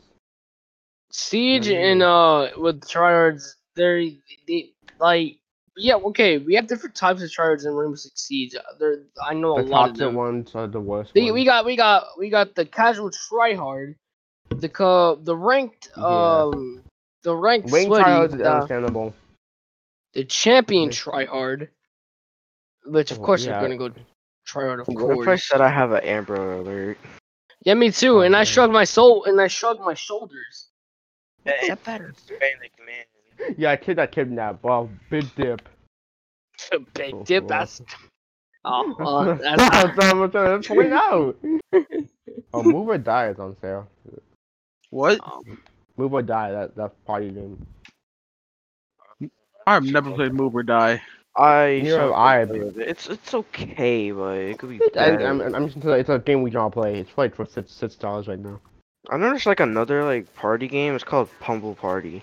S3: Siege
S2: Mm.
S3: and uh with tryhards, they're they, like yeah okay we have different types of tryhards in Rainbow Six Siege. Uh, There I know a
S2: The
S3: lot of
S2: toxic
S3: them.
S2: ones are the worst.
S3: The,
S2: ones.
S3: we got we got we got the casual tryhard, the co- the ranked
S2: Yeah.
S3: um the ranked
S2: Wing
S3: sweaty,
S2: tryhards uh, is
S3: the,
S2: understandable.
S3: the champion
S2: Wait.
S3: tryhard, which of
S2: Well,
S3: course
S2: Oh, yeah.
S3: you're gonna go tryhard of
S4: What if I
S3: course.
S4: said I have an Amber Alert?
S3: Yeah, me too.
S2: Oh,
S3: And I
S2: man.
S3: shrugged my soul and I shrugged my shoulders.
S4: Hey,
S3: that better?
S4: Hispanic man.
S2: Yeah, kid that kidnapped. Wow, big dip.
S3: Big
S2: Oh,
S3: dip.
S2: cool.
S3: That's oh, uh,
S2: that's
S3: that's
S2: what I'm trying to point out. oh, move or die is on sale.
S1: What?
S3: um,
S2: Move or die. That that party game.
S1: I've never played Move or Die.
S4: I.
S2: Neither have
S4: so-
S2: I, but
S4: It's it's okay, but it could be
S2: I,
S4: better.
S2: I'm, I'm, I'm just, it's a game we can all play. It's like for six, six dollars right now.
S4: I noticed like another like party game. It's called Pumble Party.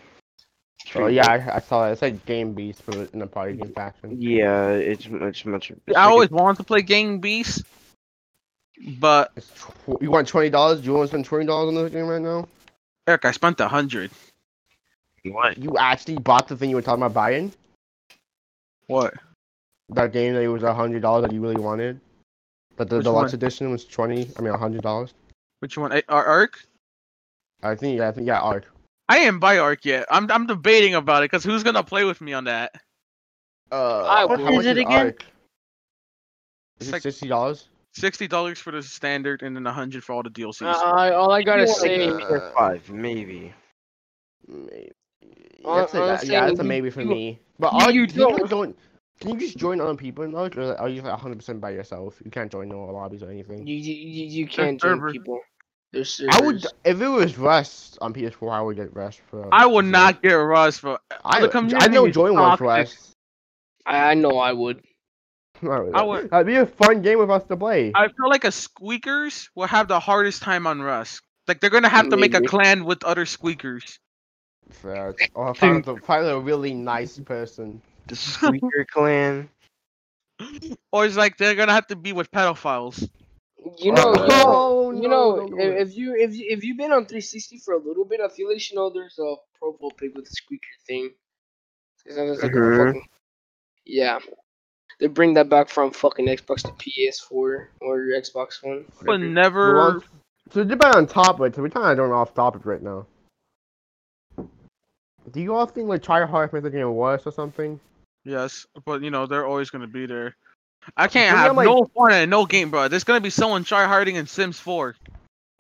S4: It's
S2: Oh
S4: pretty
S2: yeah,
S4: good.
S2: I, I saw that. It's like Game Beast, but in a party game fashion.
S4: Yeah, it's much much. it's
S1: I
S4: like a-
S1: always wanted to play Gang Beast, but
S2: It's tw- you want twenty dollars? You want to spend twenty dollars on this game right now?
S1: Eric, I spent a hundred.
S4: What?
S2: You actually bought the thing you were talking about buying?
S1: What?
S2: That game that it was hundred dollars that you really wanted? That the
S1: Which
S2: deluxe
S1: one?
S2: edition was twenty. I mean, hundred dollars.
S1: Which one? A- Ar- Arc?
S2: I think. Yeah, I think. Yeah, Ark.
S1: I didn't buy Arc yet. I'm I'm debating about it because who's gonna play with me on that?
S2: Uh,
S3: I
S2: how
S3: will-
S2: much
S4: What is it again?
S2: Ark? Is
S1: It's
S2: it
S1: like-
S2: sixty dollars?
S1: Sixty dollars for the standard and then a hundred for all the DLCs.
S3: uh,
S2: Uh-huh.
S3: I, all I gotta
S4: Like, uh,
S3: say,
S4: four or five maybe.
S2: Maybe.
S3: Uh,
S2: That's a,
S3: I'm
S2: that- yeah,
S3: saying
S2: that's a
S3: you-
S2: maybe for
S3: you-
S2: me. But
S3: you-
S2: are
S3: you
S2: you, can you
S3: don't-
S2: join- Can you just join other people in Ark, or are you like 100% by yourself? You can't join no lobbies or anything.
S3: you, you, you you can't join
S1: server.
S3: people. There's
S2: I would
S3: servers.
S2: if it was Rust on PS4. I would get Rust for.
S1: I will
S2: for-
S1: not get Rust for.
S2: I,
S1: the community
S2: I don't
S1: is
S2: join one for
S1: toxic.
S2: Rust.
S3: I, I know I would.
S1: I would-
S2: That'd be a fun game with us to play.
S1: I feel like a squeakers will have the hardest time on Rust. Like they're gonna have to make a
S3: Maybe.
S1: clan with other squeakers.
S2: Fair. uh, Or find, a, find a really nice person.
S4: The Squeaker Clan.
S1: Or it's like they're gonna have to be with pedophiles.
S3: You know,
S4: Oh,
S2: no,
S3: you know, you
S2: no,
S3: know,
S2: don't do it.
S3: if, if you if you, if you've been on 360 for a little bit, I feel like you know there's a Provo pig with a squeaker thing. 'Cause that was like a
S2: Mm-hmm.
S4: Mhm.
S3: fucking- yeah, they bring that back from fucking Xbox to PS4 or Xbox One.
S1: But
S3: whatever.
S1: never.
S2: So you're back on topic. So we're kind of going off topic right now. Do you all think like try hard makes the game worse or something?
S1: Yes, but you know they're always gonna be there. I can't
S2: But
S1: have
S2: then,
S1: no fun in no game, bro. There's gonna be someone tryharding in Sims 4.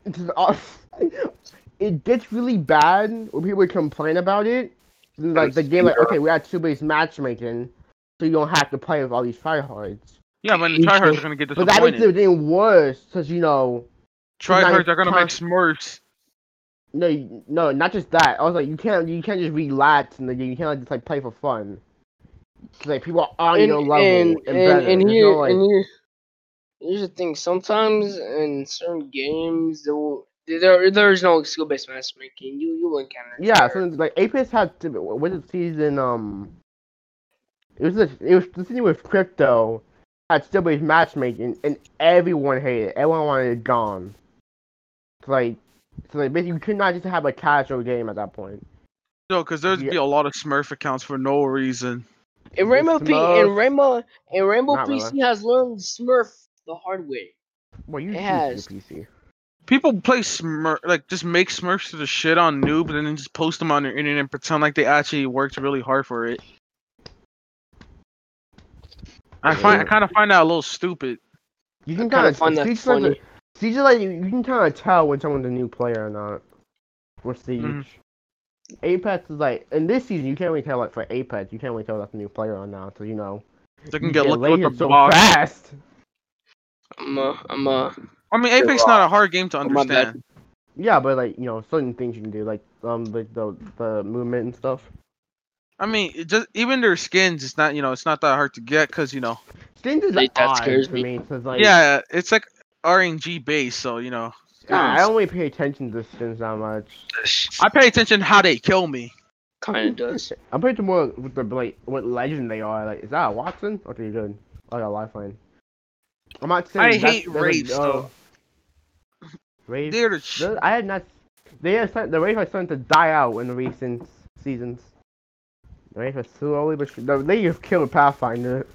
S2: It's just off- it gets really bad when people complain about it. Like the game, like okay, we had two-based matchmaking, so you don't have to play with all these tryhards.
S1: Yeah, but the
S3: You
S1: tryhards
S3: should-
S1: are gonna get
S2: But that makes
S1: disappointed.
S2: the game worse, because you know,
S1: Tryhards
S2: not
S1: are gonna
S2: con-
S1: make Smurfs.
S2: no, you- no, not just that. I was like, you can't, you can't just relax in the game. You can't just like play for fun. 'Cause, like people are on
S3: and,
S2: your level
S3: and,
S2: and,
S3: and,
S2: better.
S3: and
S2: There's
S3: here,
S2: no, like-
S3: and here, here's the thing. Sometimes in certain games, there will, there there is no skill based matchmaking. You you will encounter.
S2: Yeah,
S3: tryhards.
S2: so like Apex had to, was it season um it was this, it was the season with crypto had still based matchmaking and everyone hated it. Everyone wanted it gone. So like so like basically you could not just have a casual game at that point.
S1: No, because there'd
S2: Yeah.
S1: be a lot of Smurf accounts for no reason.
S3: And Rainbow P
S2: Smurf.
S3: and Rainbow and Rainbow
S2: Not
S3: PC has learned Smurf the hard way.
S2: Well you
S3: It
S2: choose
S3: has.
S2: your PC.
S1: People play Smurf, like just make Smurfs to the shit on noob, and then just post them on their internet and pretend like they actually worked really hard for it. I find I
S2: Yeah.
S1: kind of find that a little stupid.
S2: You
S3: I
S2: can
S3: kind
S2: kinda
S3: of find that
S2: Siege like,
S3: funny.
S2: Siege like you, you can kinda tell when someone's a new player or not. For Siege.
S1: Mhm.
S2: Mm-hmm. Apex is like in this season you can't really tell like for Apex, you can't really tell that's a new player or not, so you know.
S1: They can
S2: you
S1: get
S2: get
S1: lucky with the
S2: lasered so
S1: box.
S2: fast.
S3: I'm a, I'm a,
S1: I mean, Apex not a hard game to
S3: Oh, my bad.
S1: understand.
S2: Yeah, but like you know, certain things you can do, like um, like the the movement and stuff.
S1: I mean, it just even their skins, it's not you know, it's not that hard to get because you know,
S2: Skins is
S3: Like, that
S2: odd
S3: scares
S2: to
S3: me.
S2: me because like
S1: yeah, it's like RNG based, so you know,
S2: I I don't really pay attention to skins that much.
S1: I pay attention how they kill me.
S3: kind of does.
S2: I'm paying more with the like what legend they are. Like, is that a Watson? Okay, good. I got a lifeline. I'm not saying
S1: I
S2: that's-
S1: hate
S2: that's a-
S1: rapes,
S2: uh,
S1: though.
S2: Raves.
S1: They're the ch-
S2: Those- I had not. They are starting, the raves are starting to die out in the recent seasons. The raves are slowly but su- the- they have killed Pathfinder.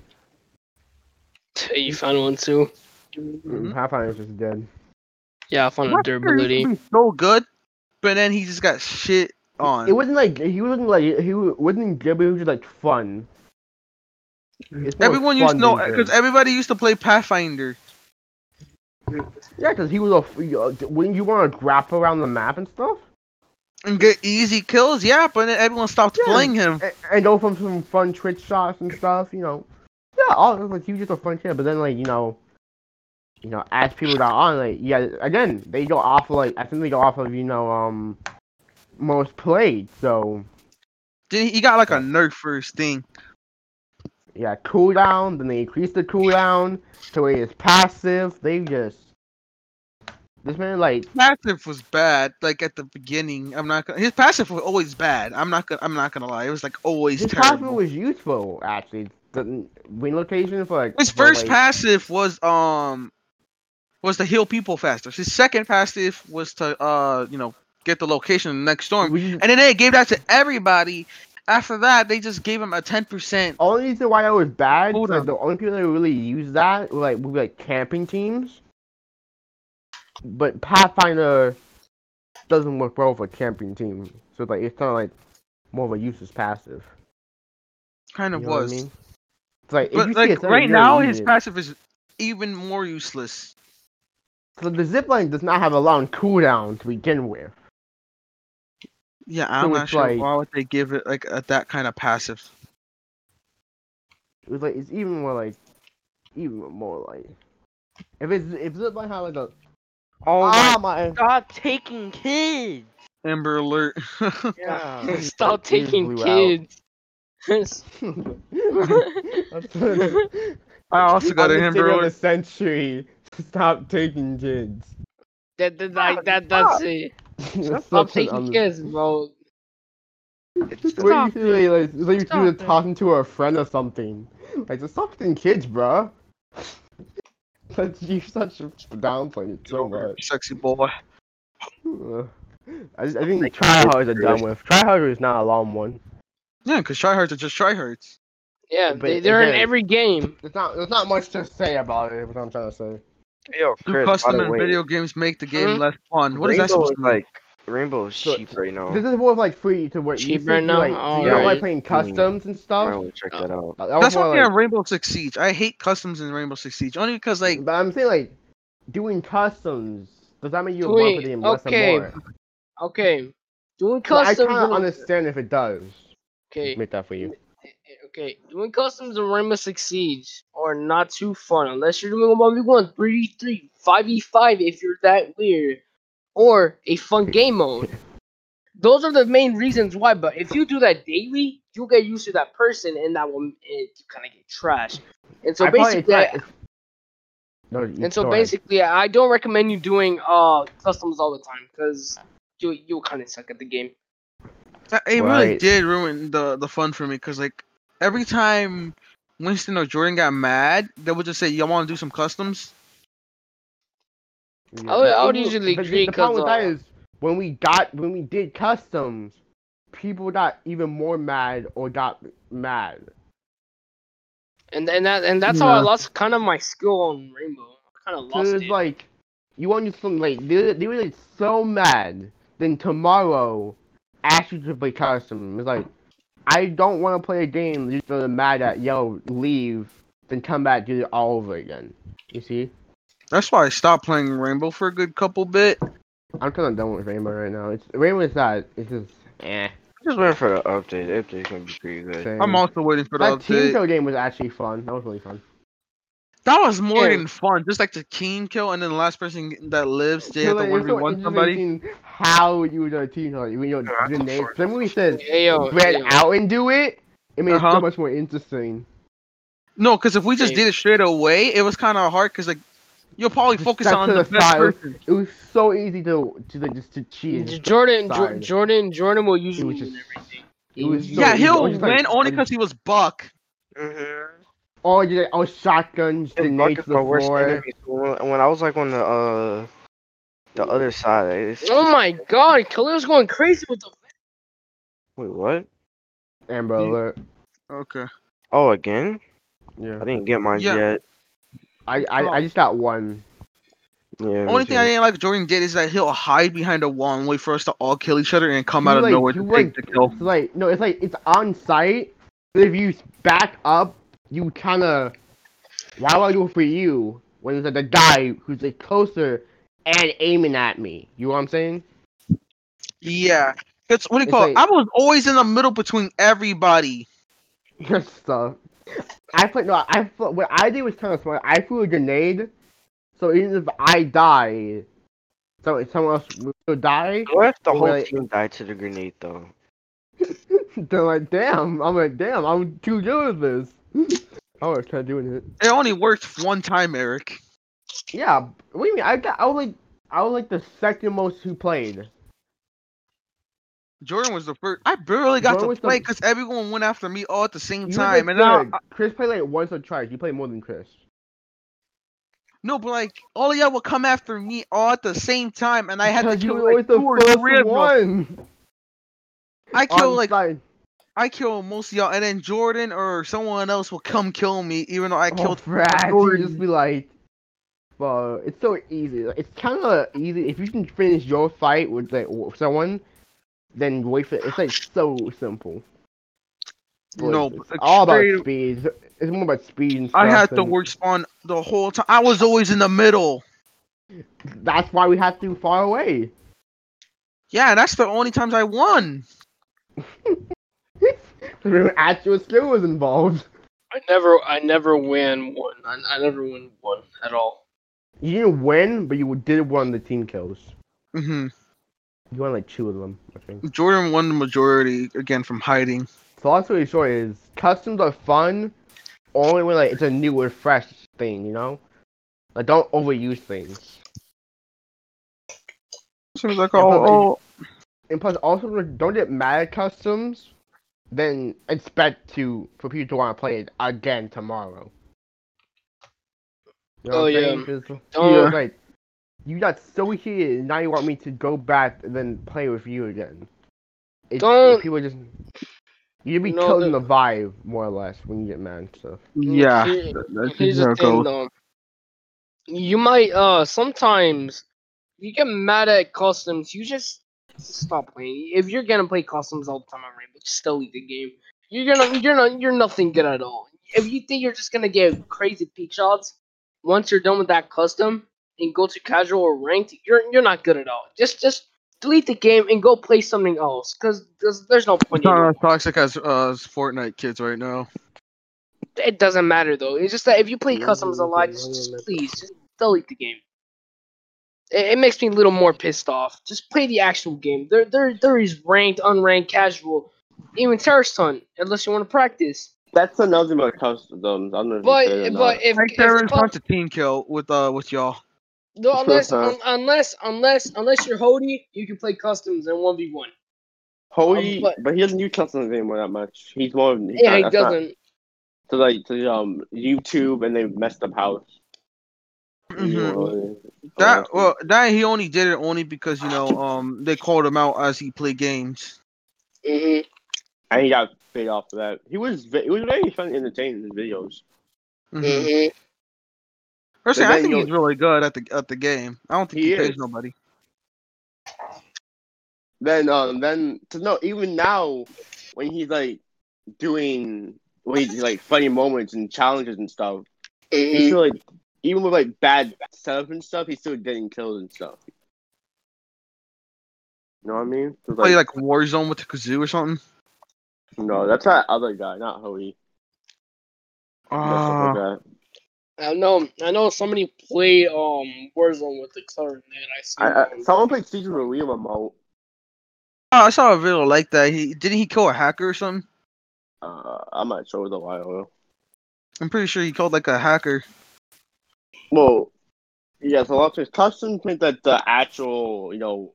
S3: You found one too.
S2: Mm-hmm.
S1: Mhm.
S2: Pathfinder's just dead.
S3: Yeah, I found a
S1: Raptor used to
S3: durability.
S1: be so good, but then he just got shit on.
S2: It wasn't like he wasn't like he wa- wasn't good, but it was just like fun. It's more
S1: Everyone used
S2: fun
S1: to know
S2: than
S1: because
S2: good.
S1: everybody used to play Pathfinder. e-
S2: yeah, because he was a f- you know, when you want to grapple around the map and stuff,
S1: and get easy kills, yeah, but then everyone stopped
S2: Yeah.
S1: playing him.
S2: and, and go from some fun trick shots and stuff. You know, yeah, all like he was just a fun kid. But then like you know, you know, as people got on, like yeah, again they go off of, like I think they go off of you know um most played. So
S1: Then he got like a nerf first thing.
S2: Yeah, cooldown. Then they increased the cooldown to where it's passive. They just this man like
S1: Passive was bad, like at the beginning. I'm not gonna. His passive was always bad. I'm not gonna. I'm not gonna lie. It was like always
S2: his passive
S1: terrible.
S2: was useful actually. The win location for like
S1: His
S2: for,
S1: first
S2: like,
S1: passive was um was to heal people faster. His second passive was to uh you know get the location of the next storm,
S2: we-
S1: and then they gave that to everybody. After that, they just gave him a ten percent.
S2: only reason why that was bad,
S1: Hold
S2: like,
S1: on.
S2: the only people that really used that were like would be like camping teams. But Pathfinder doesn't work well for camping teams, so like it's kind of like more of a useless passive.
S1: Kind
S2: You
S1: of
S2: know what I
S1: was,
S2: mean? It's like if
S1: but
S2: you see
S1: like
S2: it, it's not
S1: right
S2: really
S1: now, his
S2: needed.
S1: passive is even more useless.
S2: so the zipline does not have a long cooldown to begin with.
S1: Yeah, I'm not
S2: it's
S1: sure
S2: like-
S1: why would they give it like a, that kind of passive.
S2: It was like it's even more like even more like if it's if zipline had like a
S4: Oh
S2: ah
S4: my
S2: my
S4: god, taking kids!
S1: Amber Alert.
S4: Yeah.
S3: Stop
S2: Tears
S3: taking
S2: blew out.
S3: kids.
S2: my.
S1: I also got
S2: I'm
S1: an Amber
S2: the city of the
S1: Alert.
S2: century. Stop taking kids.
S3: that, that, like, that, that's it.
S2: That's
S3: Stop
S2: such an
S3: taking
S2: un-
S3: kids, bro.
S4: It's
S2: Where you
S3: Stop
S2: feel like, like, it's like you
S3: Stop
S2: were
S3: it.
S2: talking to a friend or something. Like, just stop taking kids, bruh. But you such a downplay it so much.
S1: Sexy boy.
S2: Ugh. I, I think tryhards are done with. Tryhard is not a long one.
S1: Yeah, because tryhards are just tryhards.
S3: Yeah,
S2: But
S3: they, they're in
S2: again-
S3: every game.
S2: There's not there's not much to say about it. What I'm trying to say.
S4: Yo,
S1: Do
S4: Chris, by
S1: custom
S4: the
S1: and
S4: way,
S1: video games make the game
S3: Hmm?
S1: less fun? What is
S4: Rainbow
S1: that supposed
S4: is
S1: to mean?
S4: like? Rainbow is
S2: So-
S4: cheap right now.
S2: This is more of like free to what you
S3: Cheap
S2: see,
S3: right now?
S2: Like, you know,
S4: Alright.
S2: like playing customs and
S4: I
S2: stuff.
S4: will check that out.
S2: That was
S1: That's
S2: more
S1: why
S2: like-
S1: I'm Rainbow Six Siege. I hate customs in Rainbow Six Siege only because like
S2: But I'm saying like doing customs. Does that mean you
S3: Doing-
S2: want for the less
S3: okay,
S2: and more?
S3: Okay. Doing
S2: But I
S3: customs.
S2: kind of
S3: in-
S2: understand if it does.
S3: Okay.
S2: Make that for you.
S3: Okay, doing customs in Rainbow Six Siege are not too fun unless you're doing a 1v1, 3v3, 5v5 if you're that weird, or a fun game mode. Those are the main reasons why, but if you do that daily, you'll get used to that person and that will kind of get trash. And so
S2: I probably
S3: basically, I-
S2: tried- No, you-
S3: and so
S2: go ahead.
S3: basically, I don't recommend you doing uh customs all the time because you you'll kind of suck at the game.
S1: That- It really
S2: Right.
S1: did ruin the the fun for me because like every time Winston or Jordan got mad, they would just say, "Y'all want to do some customs?"
S2: Yeah,
S3: I would-
S2: but
S3: I would
S2: people-
S3: usually
S2: but the-
S3: agree
S2: The problem with
S3: 'cause,
S2: that
S3: uh,
S2: is when we got when we did customs, people got even more mad or got mad.
S3: And and that and that's how I lost kind of my skill on Rainbow. I kind of
S2: So
S3: lost
S2: it was
S3: it.
S2: like, you understand? Like they, they were like so mad. Then tomorrow, asked you to play custom. It's like, I don't want to play a game just for the mad at yo leave, then come back do it all over again. You see,
S1: That's why I stopped playing Rainbow for a good couple bit.
S2: I'm kind of done with Rainbow right now. It's Rainbow is not. It's just eh.
S4: I'm just waiting for the update. The update's gonna be pretty good.
S2: same.
S1: I'm also waiting for the
S2: that team
S1: update.
S2: show game was actually fun. That was really fun.
S1: That was more
S3: Yeah.
S1: than fun. Just like the team kill, and then the last person that lives, they have
S2: So,
S1: to
S2: like,
S1: one
S2: it's
S1: v
S2: so
S1: one
S2: interesting
S1: somebody.
S2: seeing How you would do a team show? You know,
S4: Yeah,
S2: your
S4: that's
S2: name.
S4: fun.
S2: Somebody says
S3: Hey, yo,
S2: ran
S3: hey, yo.
S2: out and do it. I mean, it's
S1: Uh-huh.
S2: so much more interesting.
S1: No, because if we just
S3: Yeah.
S1: did it straight away, it was kind of hard. Because like you'll probably
S2: Just
S1: focus
S2: step
S1: on
S2: to
S1: the
S2: the
S1: best
S2: side.
S1: person.
S2: It was so easy to to like, just to cheat.
S3: J-
S2: and
S3: Jordan, Jor-
S2: side.
S3: Jordan, Jordan will usually
S2: just-
S3: win everything.
S2: it was
S3: He
S2: so
S1: yeah,
S2: easy.
S1: he'll
S2: Or
S1: win
S2: just, like,
S1: only
S2: un-
S1: because he was Buck.
S4: Mm-hmm.
S2: Or you like, oh shotguns,
S4: Mark
S2: grenades to
S4: is
S2: the
S4: my worst
S2: floor.
S4: enemy. so When, when I was like on the uh the other side, I- it's
S3: Oh
S4: just-
S3: my God, Khalil's going crazy with the.
S4: wait, what?
S2: Amber
S1: You-
S2: alert.
S1: Okay.
S4: Oh, again? I
S2: Yeah.
S4: didn't get mine
S1: Yeah.
S4: yet.
S2: I, I
S1: Oh.
S2: I just got one.
S4: Yeah. me
S1: Only thing I
S4: too.
S1: didn't like Jordan did is that he'll hide behind a wall and wait for us to all kill each other and come
S2: You,
S1: out of
S2: like-
S1: nowhere to
S2: you,
S1: take
S2: like-
S1: the kill.
S2: It's like no, it's like it's on site. But if you back up, you kind of why would I do it for you when there's like a guy who's like closer and aiming at me? You know what I'm saying?
S1: Yeah. That's what do you
S2: It's
S1: call it?
S2: like-
S1: I was always in the middle between everybody.
S2: Good stuff. I put no. I put, what I did was kind of smart. I threw a grenade, so even if I die, so if someone else will die.
S4: What if the
S2: Well,
S4: whole
S2: like-
S4: team died to the grenade though?
S2: They're like, damn. I'm like, damn. I'm too good at this. I was trying doing it.
S1: It only worked one time, Eric.
S2: Yeah. What do you mean? I got. I was like. I was like the second most who played.
S1: Jordan was the first. I barely got
S2: Jordan was
S1: to
S2: the-
S1: play because everyone went after me all at the same
S2: You were, like,
S1: time. And I,
S2: third. Chris played like once or twice. You played more than Chris.
S1: no, but like all of y'all would come after me all at the same time, and I had to
S2: Because you
S1: kill
S2: were
S1: like
S2: always
S1: two or
S2: the
S1: three of
S2: first
S1: them.
S2: one.
S1: I killed
S2: on
S1: like
S2: site.
S1: I killed most of y'all, and then Jordan or someone else would come kill me, even though I
S2: Oh,
S1: killed.
S2: Brad, you
S1: Jordan.
S2: just be like, well, it's so easy. Like, It's kind of easy if you can finish your fight with like w- someone, then wait for it's like so simple. Like,
S1: No,
S2: it's
S1: but
S2: all about
S1: extreme-
S2: speed. It's more about speed. And
S1: I had
S2: stuff
S1: to
S2: and-
S1: work spawn the whole time. I was always in the middle.
S2: That's why we have to far away.
S1: Yeah, that's the only times I won.
S2: Actual skill was involved.
S3: I never, I never win one. I, I never win one at all.
S2: You didn't win, but you did win the team kills.
S1: hmm
S2: You won like two of them, I think.
S1: Jordan won the majority again from hiding.
S2: So long story short is customs are fun only when like it's a new and fresh thing, you know? Like don't overuse things.
S1: So it was like,
S2: Yeah, but-
S1: oh,
S2: And plus also like, don't get mad at customs, then expect to for people to want to play it again tomorrow. You know
S3: Oh,
S2: what I'm
S3: yeah.
S2: saying? 'Cause you
S3: Don't-
S2: know, like you got so heated and now you want me to go back and then play with you again. It's,
S3: Don't-
S2: people just you'd be
S3: No,
S2: killing
S3: the-
S2: the vibe more or less when you get mad and stuff.
S1: yeah.
S3: Here-
S1: that- that's
S3: Here's
S1: how
S3: the
S1: it goes.
S3: thing, though. You might, uh, sometimes you get mad at customs. You just stop playing. If you're gonna play customs all the time on Rainbow, just still leave the game. You're gonna, you're not, you're nothing good at all. If you think you're just gonna get crazy peak shots once you're done with that custom and go to casual or ranked, you're you're not good at all. Just, just delete the game and go play something else. Cause there's, there's no
S1: It's
S3: point.
S1: not
S3: in
S1: as toxic as uh, as Fortnite kids right now.
S3: it doesn't matter though. It's just that if you play
S2: Yeah,
S3: customs a
S2: yeah,
S3: lot,
S2: yeah,
S3: just,
S2: yeah,
S3: just
S2: yeah.
S3: please just delete the game. It, it makes me a little more pissed off. Just play the actual game. There, there, there is ranked, unranked, casual, even terrorist hunt, unless you want to practice.
S5: That's another thing about customs. I don't know if you said it or
S3: But
S5: not.
S3: but if,
S1: Like
S3: if
S1: Terrence
S3: cus-
S1: Hunt's a team kill with uh with y'all.
S3: no,
S5: Sure,
S3: unless
S5: huh?
S3: un- unless unless unless you're Hody, you can play customs in one v one.
S5: Holy,
S3: um,
S5: but,
S3: but-
S5: he doesn't use customs anymore that much. He's more. He's
S3: Yeah,
S5: not-
S3: he
S5: that's not-
S3: doesn't.
S5: to like to um YouTube and they messed up house.
S1: Mhm.
S5: Really.
S1: That well, that he only did it only because you know um they called him out as he played games.
S3: hmm
S5: and he got paid off for that. He was ve- it was very fun and entertaining in his videos.
S1: Mhm.
S3: hmm
S1: Personally,
S5: But
S1: I
S5: then
S1: think
S5: you-
S1: he's really good at the at the game. I don't think
S5: He
S1: he, pays
S5: is.
S1: nobody.
S5: Then um then to know even now when he's like doing when he's like funny moments and challenges and stuff,
S3: mm-hmm.
S5: he's still like even with like bad setup and stuff, he's still getting killed and stuff. You know what I mean? So it's
S1: Play
S5: like,
S1: like Warzone with the kazoo or something.
S5: no, that's that other guy, not Hoey.
S1: Ah,
S3: I know. I know somebody played um Warzone with the Clarinet. I um, see.
S5: I, I,
S3: them.
S5: someone played Season with Liam remote.
S1: Oh, I saw a video like that. He didn't he kill a hacker or something.
S5: Uh, I'm not sure what the while ago.
S1: I'm pretty sure he killed like a hacker.
S5: Well, yeah, so lots of customs meant that the actual, you know,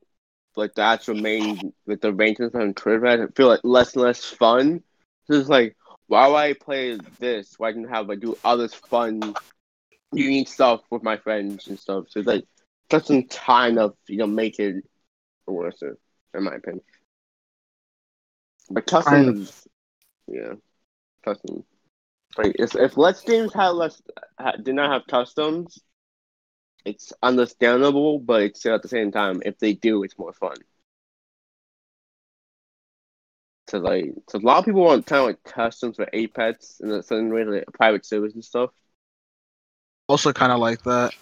S5: like the actual main, like the ranges on Twitter, I feel like less and less fun. So it's like, why would I play this? Why can I have like do other fun, unique stuff with my friends and stuff? So it's like, custom kind of, you know, make it worse, in my opinion. But customs, yeah, customs. Like if if Let's Games had less ha, did not have customs, it's understandable, but it's still at the same time, if they do, it's more fun. So like, so a lot of people want kind of like customs for
S2: E
S5: Apex in a certain way, like private service and stuff.
S1: Also, kind of like that.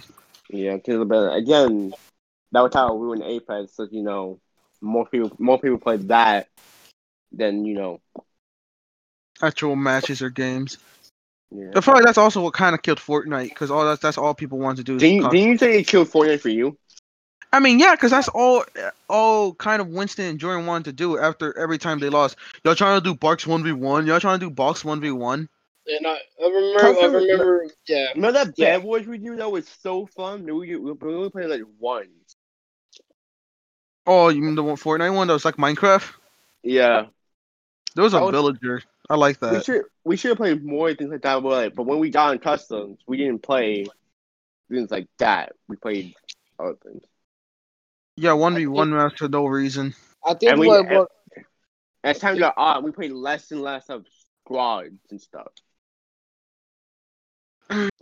S5: Yeah, because but again, that was how we were in
S2: E
S5: Apex. So you know, more people, more people play that than you know.
S1: Actual matches or games.
S5: Yeah.
S1: I feel like that's also what kind of killed Fortnite because all that's that's all people wanted to do. Is
S5: Didn't,
S1: cuss.
S5: didn't you say it killed Fortnite for you?
S1: I mean, yeah, because that's all, all kind of Winston and Jordan wanted to do after every time they lost. Y'all trying to do box one v one. Y'all trying to do box one v one.
S3: And I, I remember, I
S2: Constantly-
S3: remember, yeah.
S2: Remember that
S3: Yeah.
S2: Bad Boys we do? That was so fun. We, we, we only played like one.
S1: Oh, you mean the one Fortnite one that was like Minecraft?
S2: Yeah.
S1: There was a
S2: That was-
S1: villager. I like
S2: We
S1: that.
S2: should we should have played more things like that. But, like, but when we got in customs, we didn't play things like that. We played other things.
S1: Yeah, one v one match for no reason.
S3: I think
S2: And we-
S3: what,
S2: and-
S3: what
S2: As time got on, we played less and less of squads and stuff.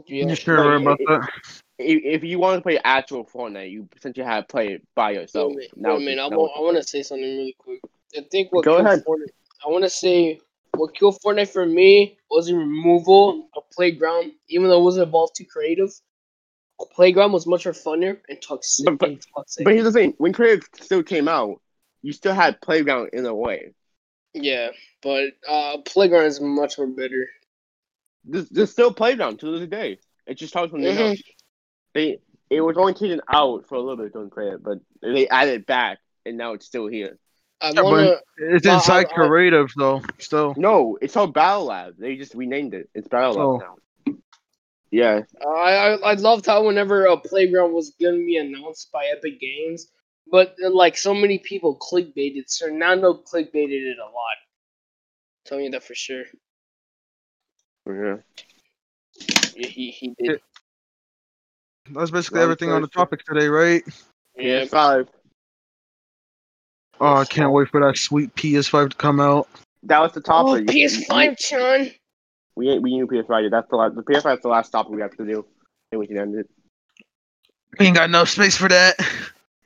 S3: yeah,
S1: you sure
S2: like,
S1: about
S2: it-
S1: that?
S2: If, if you want to play actual Fortnite, you essentially have to play it by yourself.
S3: wait,
S2: That
S3: wait a
S2: was-
S3: minute, I
S2: that
S3: want, I
S2: was-
S3: want to say something really quick. I think what
S2: Go
S3: killed
S2: ahead.
S3: Fortnite, I want to say what killed Fortnite for me was the removal of Playground, even though it wasn't involved too creative. Playground was much more funner and toxic.
S2: But- but-
S3: and toxic.
S2: But here's the thing: when Creative still came out, you still had Playground in a way.
S3: yeah, but uh, Playground is much more better.
S2: There's, there's still Playground to this day. It just starts from the
S3: Mhm.
S2: house. They it was only taken out for a little bit during Creative, but they added it back, and now it's still here.
S3: I
S1: Yeah, but-
S3: want to.
S1: It's
S3: No, I-
S1: inside
S3: I-
S1: creative though. Still,
S2: No, it's called Battle Lab. They just renamed it. It's Battle Lab
S1: Oh.
S2: now. Yeah,
S3: I, I I loved how whenever a playground was gonna be announced by Epic Games, but uh, like so many people clickbaited, Fernando clickbaited it a lot. Tell me that for sure.
S2: yeah.
S3: Yeah, he he did.
S1: that's basically
S2: Wrong
S1: everything on the
S2: person.
S1: topic today, right?
S3: Yeah,
S2: PS5.
S1: Oh, I can't wait for that sweet PS5 to come out.
S2: That was the topic.
S3: Oh,
S2: You-
S3: PS5, John.
S2: We we, we knew PS5. That's the last, the PS5 is the last topic we have to do, and we can end it.
S1: We ain't got enough space for that.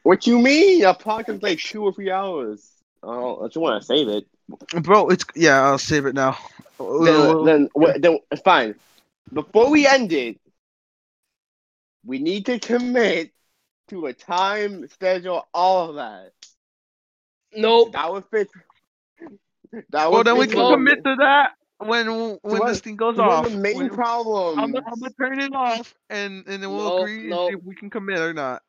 S2: What you mean? A podcast like two or three hours. Oh, I just want to save it.
S1: Bro, it's yeah, I'll save it now.
S2: Then, then, wh- then fine. Before we end it, we need to commit to a time schedule. All of that.
S3: Nope.
S2: That would fit. That
S1: well,
S2: would
S1: then we
S2: fit
S1: can
S2: all-
S1: commit to that when when
S2: what-
S1: this thing goes
S2: one of
S1: off.
S2: the main
S1: When-
S2: problem.
S1: I'm, gonna- I'm gonna turn it off, and and then we'll
S3: No,
S1: agree
S3: no.
S1: if we can commit or not.